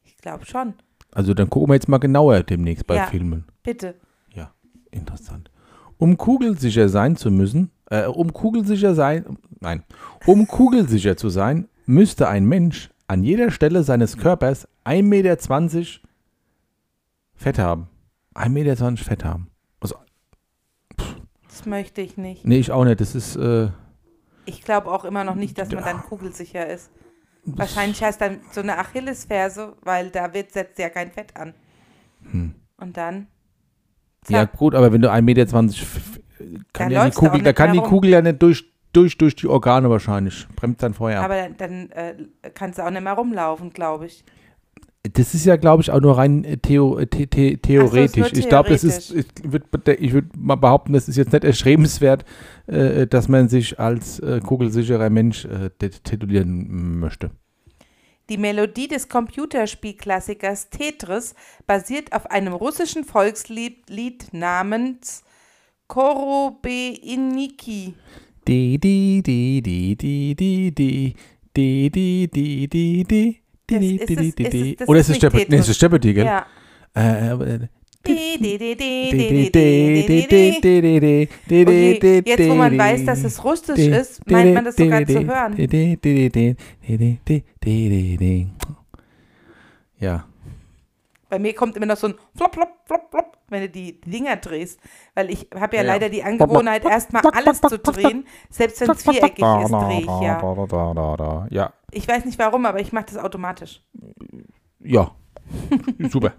[SPEAKER 2] Ich glaube schon.
[SPEAKER 3] Also dann gucken wir jetzt mal genauer demnächst bei
[SPEAKER 2] Ja.
[SPEAKER 3] Filmen.
[SPEAKER 2] Bitte.
[SPEAKER 3] Ja, interessant. Um kugelsicher sein zu müssen, äh, um kugelsicher sein, nein, um kugelsicher zu sein, müsste ein Mensch an jeder Stelle seines Körpers 1,20 Meter Fett haben. 1,20 Meter Fett haben. Also,
[SPEAKER 2] Das möchte ich nicht.
[SPEAKER 3] nee, ich auch nicht. Das ist, äh,
[SPEAKER 2] Ich glaube auch immer noch nicht, dass man dann kugelsicher ist. Wahrscheinlich heißt dann so eine Achillesferse, weil da wird setzt ja kein Fett an. Und dann
[SPEAKER 3] ja
[SPEAKER 2] zack,
[SPEAKER 3] gut, aber wenn du 1,20 Meter f- kann
[SPEAKER 2] Da
[SPEAKER 3] ja die
[SPEAKER 2] läufst du auch
[SPEAKER 3] Kugel, da
[SPEAKER 2] nicht
[SPEAKER 3] kann
[SPEAKER 2] mehr
[SPEAKER 3] die
[SPEAKER 2] rum.
[SPEAKER 3] Kugel ja nicht durch, durch, durch die Organe wahrscheinlich. Bremst dann vorher ab.
[SPEAKER 2] aber dann, dann äh, kannst du auch nicht mehr rumlaufen, glaube ich.
[SPEAKER 3] Das ist ja, glaube ich, auch nur rein äh, theo, äh, the, the, theoretisch. ich glaube, das ist, ich würde ich würd mal behaupten, das ist jetzt nicht erstrebenswert, äh, dass man sich als äh, kugelsicherer Mensch äh, tit- titulieren möchte.
[SPEAKER 2] Die Melodie des Computerspielklassikers Tetris basiert auf einem russischen Volkslied Lied namens Korobeiniki.
[SPEAKER 3] Di, di, di, di, di, di, di, di, di, di, di, di.
[SPEAKER 2] Das
[SPEAKER 3] di,
[SPEAKER 2] ist
[SPEAKER 3] di, di,
[SPEAKER 2] es-
[SPEAKER 3] di,
[SPEAKER 2] ist
[SPEAKER 3] di.
[SPEAKER 2] es- das
[SPEAKER 3] Oder
[SPEAKER 2] ist
[SPEAKER 3] ist es
[SPEAKER 2] nicht
[SPEAKER 3] Jeopardy? Nee,
[SPEAKER 2] Tetris.
[SPEAKER 3] es ist Jeopardy, gell?
[SPEAKER 2] Ja.
[SPEAKER 3] Äh, äh,
[SPEAKER 2] Di, di, di, di,
[SPEAKER 3] di,
[SPEAKER 2] di, di,
[SPEAKER 3] di, di, di,
[SPEAKER 2] di, di.
[SPEAKER 3] di, di, di, di,
[SPEAKER 2] Oh je,
[SPEAKER 3] di, di,
[SPEAKER 2] Jetzt, wo man
[SPEAKER 3] di,
[SPEAKER 2] weiß,
[SPEAKER 3] di.
[SPEAKER 2] dass es russisch ist, meint man das sogar zu hören.
[SPEAKER 3] hören. Ja.
[SPEAKER 2] Bei mir kommt immer noch so ein Flop, Flop, Flop, Flop, wenn du die Dinger drehst. Weil ich habe ja,
[SPEAKER 3] Ja.
[SPEAKER 2] leider die Angewohnheit, erstmal alles zu drehen, selbst wenn es viereckig ist, drehe ich ja.
[SPEAKER 3] ja. Ja,
[SPEAKER 2] Ich weiß nicht warum, aber ich mache das automatisch.
[SPEAKER 3] ja. Super.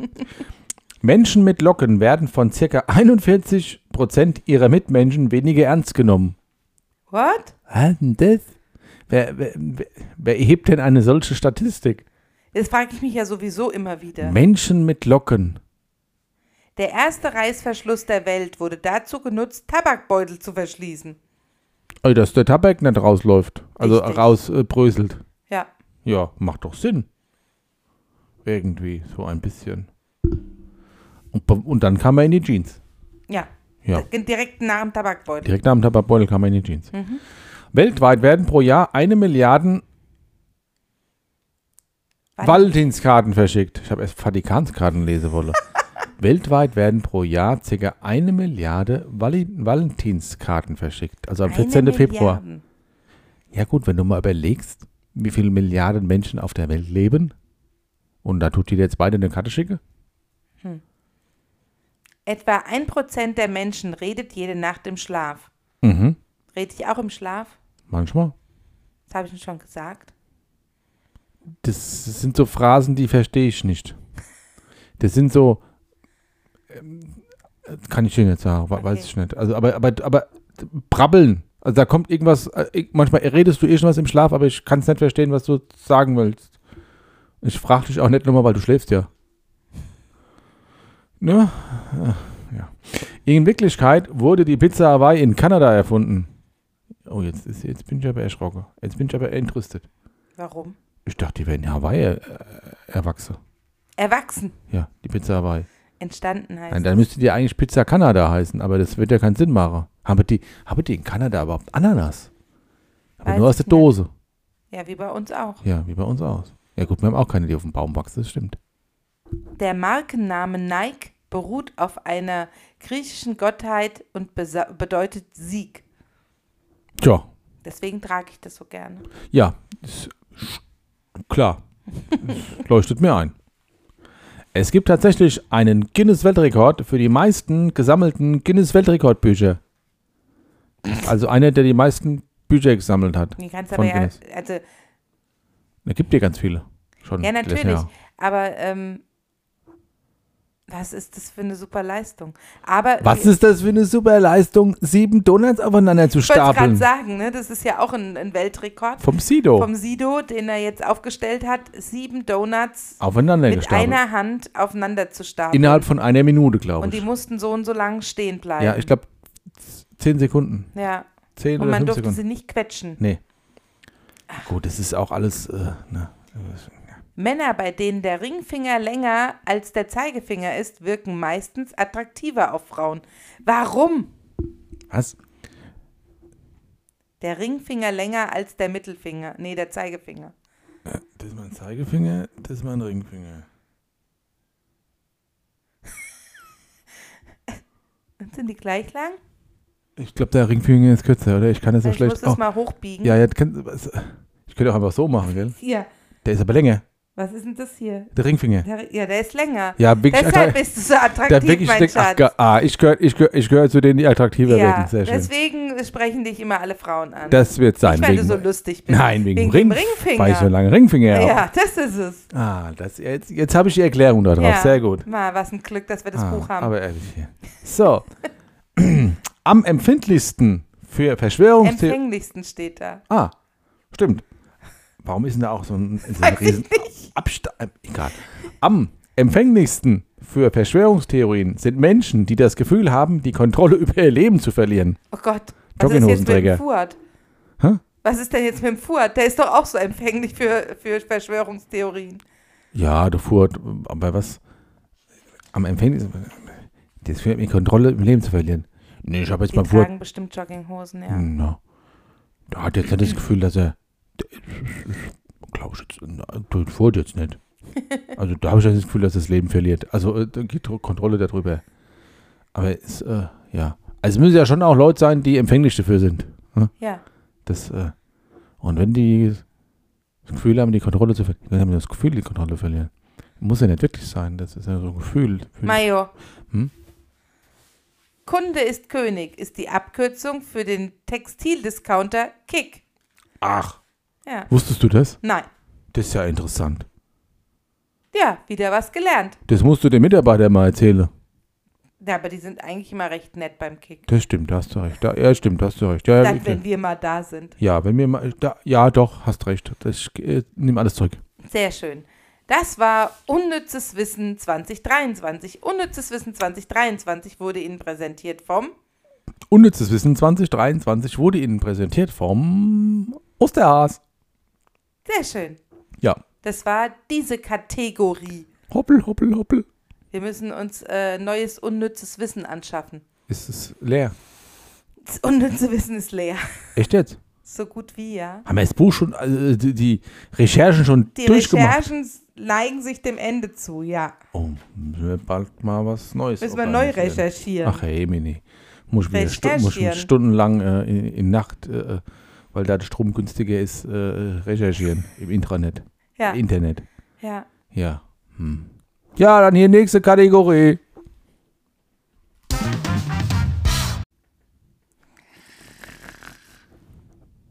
[SPEAKER 3] Menschen mit Locken werden von circa 41% ihrer Mitmenschen weniger ernst genommen.
[SPEAKER 2] What?
[SPEAKER 3] Was denn das? Wer, wer, wer, wer erhebt denn eine solche Statistik?
[SPEAKER 2] Das frage ich mich ja sowieso immer wieder.
[SPEAKER 3] Menschen mit Locken.
[SPEAKER 2] Der erste Reißverschluss der Welt wurde dazu genutzt, Tabakbeutel zu verschließen.
[SPEAKER 3] Also, dass der Tabak nicht rausläuft, also
[SPEAKER 2] Richtig.
[SPEAKER 3] rausbröselt.
[SPEAKER 2] Ja.
[SPEAKER 3] Ja, macht doch Sinn. Irgendwie, so ein bisschen. Und, be- und dann kam er in die Jeans.
[SPEAKER 2] Ja.
[SPEAKER 3] Ja.
[SPEAKER 2] D- Direkt nach dem Tabakbeutel.
[SPEAKER 3] Direkt nach dem Tabakbeutel kam er in die Jeans.
[SPEAKER 2] Mhm.
[SPEAKER 3] Weltweit werden pro Jahr eine Milliarde
[SPEAKER 2] Wal-
[SPEAKER 3] Valentinskarten verschickt. Ich habe erst Vatikanskarten lesen wollen. Weltweit werden pro Jahr ca. eine Milliarde Vali Valentinskarten verschickt. Also am 14.
[SPEAKER 2] Eine
[SPEAKER 3] Februar.
[SPEAKER 2] Milliarden.
[SPEAKER 3] Ja gut, wenn du mal überlegst, wie viele Milliarden Menschen auf der Welt leben und da tut die dir jetzt beide eine Karte schicke?
[SPEAKER 2] Etwa 1% der Menschen redet jede Nacht im Schlaf.
[SPEAKER 3] Mhm.
[SPEAKER 2] Rede ich auch im Schlaf?
[SPEAKER 3] Manchmal.
[SPEAKER 2] Das habe ich Ihnen schon gesagt.
[SPEAKER 3] Das sind so Phrasen, die verstehe ich nicht. Das sind so, ähm, kann ich dir nicht sagen, we- weiß
[SPEAKER 2] Okay.
[SPEAKER 3] ich nicht. Also, aber, aber, aber brabbeln. Also da kommt irgendwas, äh, ich- manchmal redest du irgendwas im Schlaf, aber ich kann es nicht verstehen, was du sagen willst. Ich frage dich auch nicht nochmal, weil du schläfst ja. Ne? Äh, Ja. In Wirklichkeit wurde die Pizza Hawaii in Kanada erfunden. Oh, jetzt, ist, jetzt bin ich aber erschrocken. Jetzt bin ich aber entrüstet.
[SPEAKER 2] Warum?
[SPEAKER 3] Ich dachte, die wären in Hawaii äh, erwachsen.
[SPEAKER 2] Erwachsen
[SPEAKER 3] Ja, die Pizza Hawaii.
[SPEAKER 2] entstanden heißt.
[SPEAKER 3] Nein, dann müsste die eigentlich Pizza Kanada heißen, aber das wird ja keinen Sinn machen. Haben die, haben die in Kanada überhaupt Ananas? Aber
[SPEAKER 2] Weiß
[SPEAKER 3] nur aus
[SPEAKER 2] ich
[SPEAKER 3] der Dose.
[SPEAKER 2] ja, wie bei uns auch.
[SPEAKER 3] Ja, wie bei uns aus. Ja gut, wir haben auch keine, die auf dem Baum wachsen, das stimmt.
[SPEAKER 2] Der Markenname Nike beruht auf einer griechischen Gottheit und besa- bedeutet Sieg.
[SPEAKER 3] Tja,
[SPEAKER 2] Deswegen trage ich das so gerne.
[SPEAKER 3] ja, ist sch- klar. Das leuchtet mir ein. Es gibt tatsächlich einen Guinness-Weltrekord für die meisten gesammelten Guinness-Weltrekordbücher. Also einer, der die meisten Bücher gesammelt hat.
[SPEAKER 2] Die kannst
[SPEAKER 3] Von
[SPEAKER 2] aber ja,
[SPEAKER 3] Guinness.
[SPEAKER 2] also
[SPEAKER 3] Da gibt dir ganz viele. Schon
[SPEAKER 2] ja
[SPEAKER 3] die letzten
[SPEAKER 2] natürlich,
[SPEAKER 3] Jahre.
[SPEAKER 2] aber ähm, was ist das für eine super Leistung? Aber
[SPEAKER 3] Was ist das für eine super Leistung, sieben Donuts aufeinander zu
[SPEAKER 2] ich wollte es gerade
[SPEAKER 3] stapeln? Oh.
[SPEAKER 2] sagen, ne? das ist ja auch ein, ein Weltrekord
[SPEAKER 3] Vom Sido.
[SPEAKER 2] vom Sido, den er jetzt aufgestellt hat, sieben Donuts
[SPEAKER 3] aufeinander
[SPEAKER 2] mit
[SPEAKER 3] gestapelt.
[SPEAKER 2] einer Hand aufeinander zu stapeln.
[SPEAKER 3] Innerhalb von einer Minute, glaube
[SPEAKER 2] und die
[SPEAKER 3] ich.
[SPEAKER 2] mussten so und so lang stehen bleiben.
[SPEAKER 3] Ja, ich glaube, zehn Sekunden.
[SPEAKER 2] ja.
[SPEAKER 3] Zehn
[SPEAKER 2] Und
[SPEAKER 3] oder
[SPEAKER 2] man
[SPEAKER 3] fünf
[SPEAKER 2] durfte
[SPEAKER 3] Sekunden.
[SPEAKER 2] sie nicht quetschen.
[SPEAKER 3] Nee. Gut, das ist auch alles, äh, ne.
[SPEAKER 2] Männer, bei denen der Ringfinger länger als der Zeigefinger ist, wirken meistens attraktiver auf Frauen. Warum?
[SPEAKER 3] Was?
[SPEAKER 2] Der Ringfinger länger als der Mittelfinger. Nee, der Zeigefinger.
[SPEAKER 3] Das ist mein Zeigefinger, das ist mein Ringfinger.
[SPEAKER 2] Sind die gleich lang?
[SPEAKER 3] Ich glaube, der Ringfinger ist kürzer, oder? Ich kann das so
[SPEAKER 2] ich muss
[SPEAKER 3] schlecht.
[SPEAKER 2] das
[SPEAKER 3] Oh,
[SPEAKER 2] mal hochbiegen.
[SPEAKER 3] ja, jetzt kann, was- ich könnte auch einfach so machen, gell?
[SPEAKER 2] Hier.
[SPEAKER 3] Der ist aber länger.
[SPEAKER 2] Was ist denn das hier?
[SPEAKER 3] Der Ringfinger.
[SPEAKER 2] Der, ja, der ist länger.
[SPEAKER 3] Ja, wirklich.
[SPEAKER 2] Deshalb
[SPEAKER 3] attra-
[SPEAKER 2] bist du so
[SPEAKER 3] der
[SPEAKER 2] attraktiv,
[SPEAKER 3] wirklich
[SPEAKER 2] mein
[SPEAKER 3] denkt, ach,
[SPEAKER 2] Schatz.
[SPEAKER 3] ge- ah, ich gehöre ich gehör, ich gehör zu denen, die attraktiver
[SPEAKER 2] ja,
[SPEAKER 3] wirken. Sehr schön.
[SPEAKER 2] deswegen sprechen dich immer alle Frauen an.
[SPEAKER 3] das wird sein.
[SPEAKER 2] nicht, weil du
[SPEAKER 3] wegen-
[SPEAKER 2] so lustig bist.
[SPEAKER 3] Nein, wegen,
[SPEAKER 2] wegen
[SPEAKER 3] Ring,
[SPEAKER 2] dem Ringfinger.
[SPEAKER 3] Weil ich so lange Ringfinger habe.
[SPEAKER 2] ja, das ist es.
[SPEAKER 3] Ah, das, jetzt, jetzt habe ich die Erklärung da drauf.
[SPEAKER 2] Ja.
[SPEAKER 3] Sehr gut.
[SPEAKER 2] Mal, was ein Glück, dass wir das
[SPEAKER 3] ah,
[SPEAKER 2] Buch haben.
[SPEAKER 3] Aber ehrlich hier. So. Am empfindlichsten für Verschwörungstheorien.
[SPEAKER 2] Empfänglichsten steht da.
[SPEAKER 3] Ah, stimmt. Warum ist denn da auch so ein, so ein
[SPEAKER 2] Weiß ich
[SPEAKER 3] riesen Abstand? Egal. Am empfänglichsten für Verschwörungstheorien sind Menschen, die das Gefühl haben, die Kontrolle über ihr Leben zu verlieren.
[SPEAKER 2] Oh Gott, was ist jetzt mit
[SPEAKER 3] Jogginghosenträger.
[SPEAKER 2] dem Fuad?
[SPEAKER 3] Hä?
[SPEAKER 2] Was ist denn jetzt mit dem Fuad? Der ist doch auch so empfänglich für, für Verschwörungstheorien.
[SPEAKER 3] Ja, du Furt, aber was? Am Empfängnis. Das führt mir Kontrolle im Leben zu verlieren. Nee, ich habe jetzt
[SPEAKER 2] Die
[SPEAKER 3] mal Furt. Hm.
[SPEAKER 2] tragen bestimmt Jogginghosen, ja.
[SPEAKER 3] Na, da hat jetzt nicht das Gefühl, dass er. Glaube ich jetzt. na, Tut Furt jetzt nicht. Also da habe ich das Gefühl, dass er das Leben verliert. Also äh, da geht Dro- Kontrolle darüber. Aber es, äh, ja. Also es müssen ja schon auch Leute sein, die empfänglich dafür sind.
[SPEAKER 2] Ja,
[SPEAKER 3] Das, äh, und wenn die das Gefühl haben, die Kontrolle zu verlieren, dann haben die das Gefühl, die Kontrolle zu verlieren. Muss ja nicht wirklich sein, das ist ja so ein Gefühl. Gefühl.
[SPEAKER 2] Mayo.
[SPEAKER 3] Hm?
[SPEAKER 2] Kunde ist König ist die Abkürzung für den Textildiscounter Kick.
[SPEAKER 3] Ach,
[SPEAKER 2] Ja.
[SPEAKER 3] wusstest du das?
[SPEAKER 2] Nein,
[SPEAKER 3] Das ist ja interessant.
[SPEAKER 2] Ja, wieder was gelernt.
[SPEAKER 3] Das musst du den Mitarbeitern mal erzählen.
[SPEAKER 2] Ja, aber die sind eigentlich immer recht nett beim Kick.
[SPEAKER 3] Das stimmt, da hast du recht. Da, ja, stimmt, da hast du recht. Ja, ja,
[SPEAKER 2] Dann, wenn wir mal da sind.
[SPEAKER 3] ja wenn wir mal, da, ja, doch, hast recht. Das, ich äh, nehme alles zurück.
[SPEAKER 2] Sehr schön. Das war Unnützes Wissen 2023. Unnützes Wissen 2023 wurde Ihnen präsentiert vom
[SPEAKER 3] Unnützes Wissen 2023 wurde Ihnen präsentiert vom Osterhas.
[SPEAKER 2] Sehr schön.
[SPEAKER 3] Ja.
[SPEAKER 2] Das war diese Kategorie.
[SPEAKER 3] Hoppel, hoppel, hoppel.
[SPEAKER 2] Wir müssen uns äh, neues unnützes Wissen anschaffen.
[SPEAKER 3] Ist es leer.
[SPEAKER 2] Das unnütze Wissen ist leer.
[SPEAKER 3] Echt jetzt?
[SPEAKER 2] So gut wie, ja.
[SPEAKER 3] Haben wir das Buch schon, also die, die Recherchen schon
[SPEAKER 2] Die
[SPEAKER 3] durchgemacht?
[SPEAKER 2] Recherchen neigen sich dem Ende zu, ja.
[SPEAKER 3] Oh, müssen wir bald mal was Neues
[SPEAKER 2] Müssen wir neu
[SPEAKER 3] organisieren.
[SPEAKER 2] recherchieren.
[SPEAKER 3] Ach, hey, Mini. Muss ich wieder stu
[SPEAKER 2] Recherchieren.
[SPEAKER 3] muss ich mich stundenlang äh, in, in Nacht, äh, weil da der Strom günstiger ist, äh, recherchieren im Intranet.
[SPEAKER 2] ja,
[SPEAKER 3] Internet.
[SPEAKER 2] ja.
[SPEAKER 3] Ja. Hm. Ja, dann hier nächste Kategorie.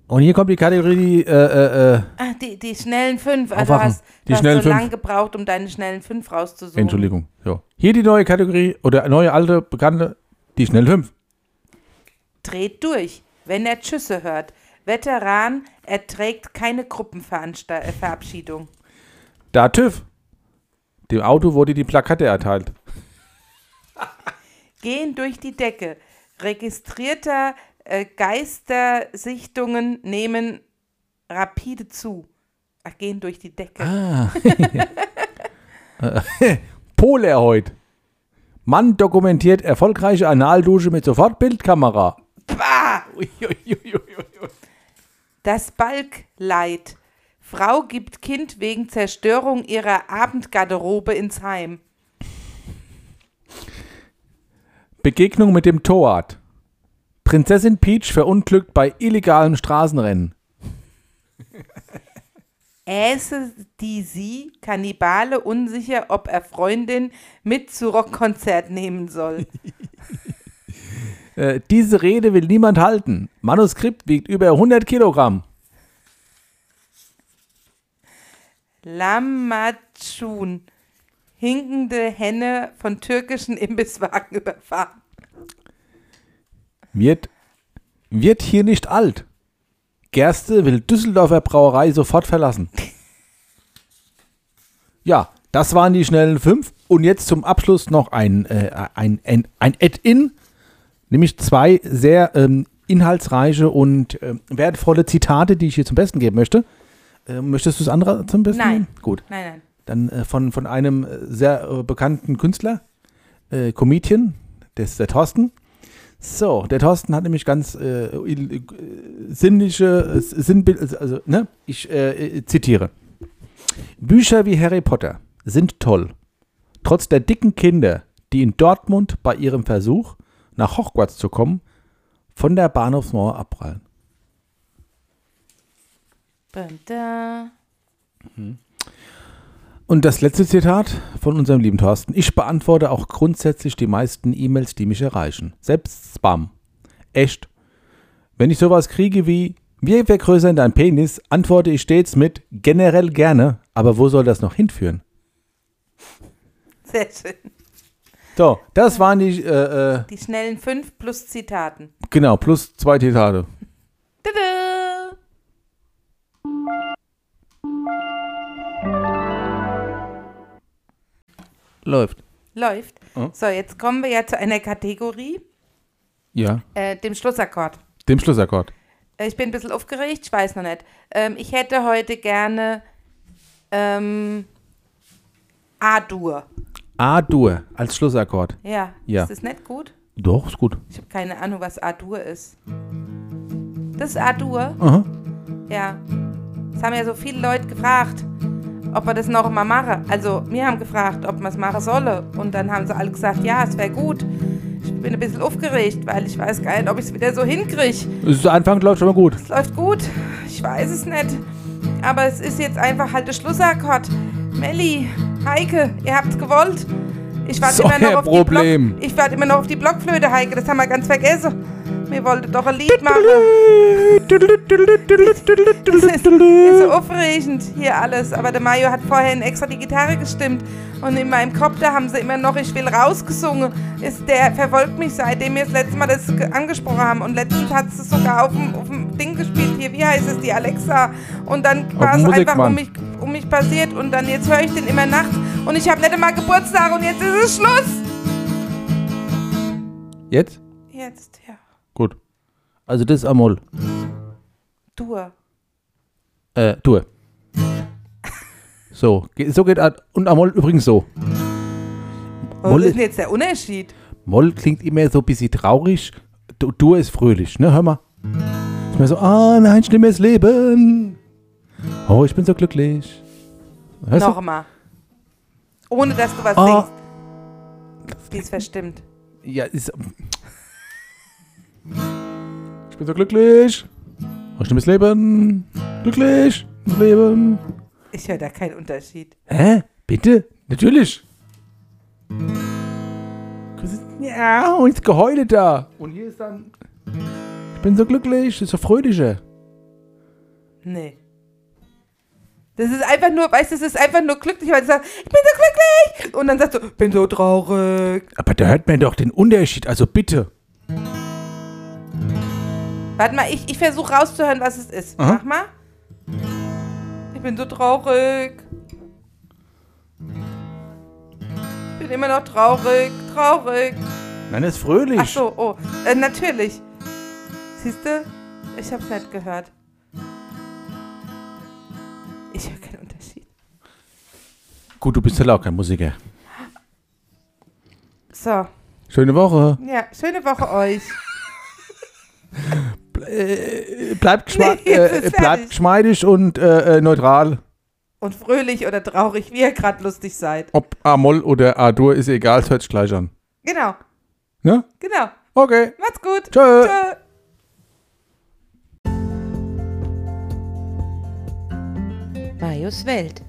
[SPEAKER 3] Und hier kommt die Kategorie, die, äh, äh, äh,
[SPEAKER 2] Ah, die, die schnellen fünf. Also
[SPEAKER 3] Aufwachen.
[SPEAKER 2] hast,
[SPEAKER 3] Die
[SPEAKER 2] du hast
[SPEAKER 3] schnellen
[SPEAKER 2] so
[SPEAKER 3] fünf.
[SPEAKER 2] lange gebraucht, um deine schnellen fünf rauszusuchen.
[SPEAKER 3] Entschuldigung, ja. Hier die neue Kategorie oder neue, alte, bekannte, die schnell 5.
[SPEAKER 2] Dreht durch, wenn er Tschüsse hört. Veteran erträgt keine Gruppenverabschiedung.
[SPEAKER 3] Da TÜV. Dem Auto wurde die Plakette erteilt.
[SPEAKER 2] Gehen durch die Decke. Registrierter äh, Geistersichtungen nehmen rapide zu. Ach, gehen durch die Decke.
[SPEAKER 3] Poler heute. Mann dokumentiert erfolgreiche Analdusche mit Sofortbildkamera.
[SPEAKER 2] Bah!
[SPEAKER 3] Uiuiuiuiui.
[SPEAKER 2] Das Balkleid. Frau gibt Kind wegen Zerstörung ihrer Abendgarderobe ins Heim.
[SPEAKER 3] Begegnung mit dem Torwart. Prinzessin Peach verunglückt bei illegalem Straßenrennen.
[SPEAKER 2] Äße die sie, Kannibale, unsicher, ob er Freundin mit zu Rockkonzert nehmen soll.
[SPEAKER 3] Äh, diese Rede will niemand halten. Manuskript wiegt über 100 Kilogramm.
[SPEAKER 2] Lamatschun. Hinkende Henne von türkischen Imbisswagen überfahren.
[SPEAKER 3] Wird, wird hier nicht alt. Gerste will Düsseldorfer Brauerei sofort verlassen. Ja, das waren die schnellen fünf. Und jetzt zum Abschluss noch ein, äh, ein, ein, ein Add-in, nämlich zwei sehr ähm, inhaltsreiche und ähm, wertvolle Zitate, die ich hier zum Besten geben möchte. Äh, möchtest du das andere zum Besten?
[SPEAKER 2] Nein.
[SPEAKER 3] geben? Gut.
[SPEAKER 2] Nein, nein.
[SPEAKER 3] Dann äh, von, von einem äh, sehr äh, bekannten Künstler, äh, Comedian, das ist der Thorsten. So, der Thorsten hat nämlich ganz äh, il- äh, sinnliche, äh, Sinnbild, also, ne, ich äh, äh, zitiere. Bücher wie Harry Potter sind toll. Trotz der dicken Kinder, die in Dortmund bei ihrem Versuch, nach Hogwarts zu kommen, von der Bahnhofsmauer abprallen.
[SPEAKER 2] Bum, da.
[SPEAKER 3] Und das letzte Zitat von unserem lieben Thorsten. Ich beantworte auch grundsätzlich die meisten E-Mails, die mich erreichen. Selbst Spam. Echt. Wenn ich sowas kriege wie, wir vergrößern dein Penis, antworte ich stets mit, generell gerne, aber wo soll das noch hinführen?
[SPEAKER 2] Sehr schön.
[SPEAKER 3] So, das waren die, äh, äh,
[SPEAKER 2] Die schnellen fünf plus Zitaten.
[SPEAKER 3] genau, plus zwei Zitate.
[SPEAKER 2] Tada!
[SPEAKER 3] Läuft.
[SPEAKER 2] Läuft.
[SPEAKER 3] Mhm.
[SPEAKER 2] So, jetzt kommen wir ja zu einer Kategorie,
[SPEAKER 3] Ja,
[SPEAKER 2] äh, dem Schlussakkord.
[SPEAKER 3] dem Schlussakkord.
[SPEAKER 2] Äh, ich bin ein bisschen aufgeregt, ich weiß noch nicht. Ähm, ich hätte heute gerne ähm, A-Dur.
[SPEAKER 3] A-Dur als Schlussakkord.
[SPEAKER 2] Ja.
[SPEAKER 3] Ja.
[SPEAKER 2] Ist das nicht gut?
[SPEAKER 3] Doch, ist gut.
[SPEAKER 2] Ich habe keine Ahnung, was A-Dur ist. Das ist A-Dur?
[SPEAKER 3] Aha.
[SPEAKER 2] Ja. Das haben ja so viele Leute gefragt, ob wir das noch mal machen. Also, wir haben gefragt, ob man es machen solle. Und dann haben sie alle gesagt, ja, es wäre gut. Ich bin ein bisschen aufgeregt, weil ich weiß gar nicht, ob ich es wieder so hinkriege.
[SPEAKER 3] Es ist Anfang läuft schon mal gut.
[SPEAKER 2] Es läuft gut. Ich weiß es nicht. Aber es ist jetzt einfach halt der Schlussakkord. Melli, Heike, ihr habt's gewollt. Ich warte
[SPEAKER 3] Ist
[SPEAKER 2] immer
[SPEAKER 3] euer
[SPEAKER 2] noch auf
[SPEAKER 3] Problem.
[SPEAKER 2] die Block, Ich warte immer noch auf die Blockflöte, Heike. Das haben wir ganz vergessen. Wir wollten doch ein Lied machen. Das ist,
[SPEAKER 3] Hm.
[SPEAKER 2] ist so Also aufregend hier alles. Aber der Mario hat vorhin extra die Gitarre gestimmt. Und in meinem Kopf, da haben sie immer noch Ich will rausgesungen. Ist, der verfolgt mich, seitdem wir das letzte Mal das ge- angesprochen haben. Und letztens hat es sogar auf dem, auf dem Ding gespielt. Hier, wie heißt es? Die Alexa. Und dann
[SPEAKER 3] Auf
[SPEAKER 2] war
[SPEAKER 3] dem
[SPEAKER 2] es einfach
[SPEAKER 3] Musikmann.
[SPEAKER 2] um mich, um mich passiert. Und dann jetzt höre ich den immer nachts. Und ich habe nicht einmal Geburtstag. Und jetzt ist es Schluss.
[SPEAKER 3] Jetzt?
[SPEAKER 2] Jetzt, ja.
[SPEAKER 3] Gut. Also das ist einmal.
[SPEAKER 2] Dur.
[SPEAKER 3] Äh, Tour. So, ge- so geht an. Und einmal übrigens so.
[SPEAKER 2] Was
[SPEAKER 3] Molle-
[SPEAKER 2] ist denn jetzt der Unterschied?
[SPEAKER 3] Moll klingt immer so ein bisschen traurig. Du, Dur ist fröhlich, ne? Hör mal. Ist mir so, ah nein, schlimmes Leben. Oh, ich bin so glücklich. Hörst du?
[SPEAKER 2] Nochmal. Ohne dass du was
[SPEAKER 3] Ah.
[SPEAKER 2] singst. Die ist verstimmt.
[SPEAKER 3] Ja, ist. Ich bin so glücklich. Oh, schlimmes Leben. Glücklich. Leben.
[SPEAKER 2] Ich höre da keinen Unterschied.
[SPEAKER 3] Hä? Bitte? Natürlich. Ja, und jetzt Geheule da. Und hier ist dann. Ich bin so glücklich, ist so fröhlicher.
[SPEAKER 2] Nee. Das ist einfach nur, weißt du, das ist einfach nur glücklich, weil du sagst, ich bin so glücklich. Und dann sagst du, bin so traurig.
[SPEAKER 3] Aber da hört man doch den Unterschied, also bitte.
[SPEAKER 2] Warte mal, ich, ich versuche rauszuhören, was es ist.
[SPEAKER 3] Aha.
[SPEAKER 2] Mach mal. Ich bin so traurig. Ich bin immer noch traurig, traurig.
[SPEAKER 3] Nein, das ist fröhlich.
[SPEAKER 2] Ach so, oh, äh, natürlich. Siehst du? Ich hab's nicht gehört. Ich höre keinen Unterschied.
[SPEAKER 3] Gut, du bist ja auch kein Musiker.
[SPEAKER 2] So,
[SPEAKER 3] Schöne Woche.
[SPEAKER 2] ja, schöne Woche euch.
[SPEAKER 3] Bleibt, geschma
[SPEAKER 2] Nee, jetzt ist
[SPEAKER 3] äh,
[SPEAKER 2] fertig.
[SPEAKER 3] bleibt geschmeidig und äh, äh, neutral.
[SPEAKER 2] Und fröhlich oder traurig, wie ihr gerade lustig seid.
[SPEAKER 3] Ob A-Moll oder A-Dur ist egal, es hört sich gleich an.
[SPEAKER 2] Genau,
[SPEAKER 3] Ne?
[SPEAKER 2] genau.
[SPEAKER 3] Okay.
[SPEAKER 2] Macht's gut.
[SPEAKER 3] Tschö.
[SPEAKER 2] Tschö.
[SPEAKER 4] Marius Welt.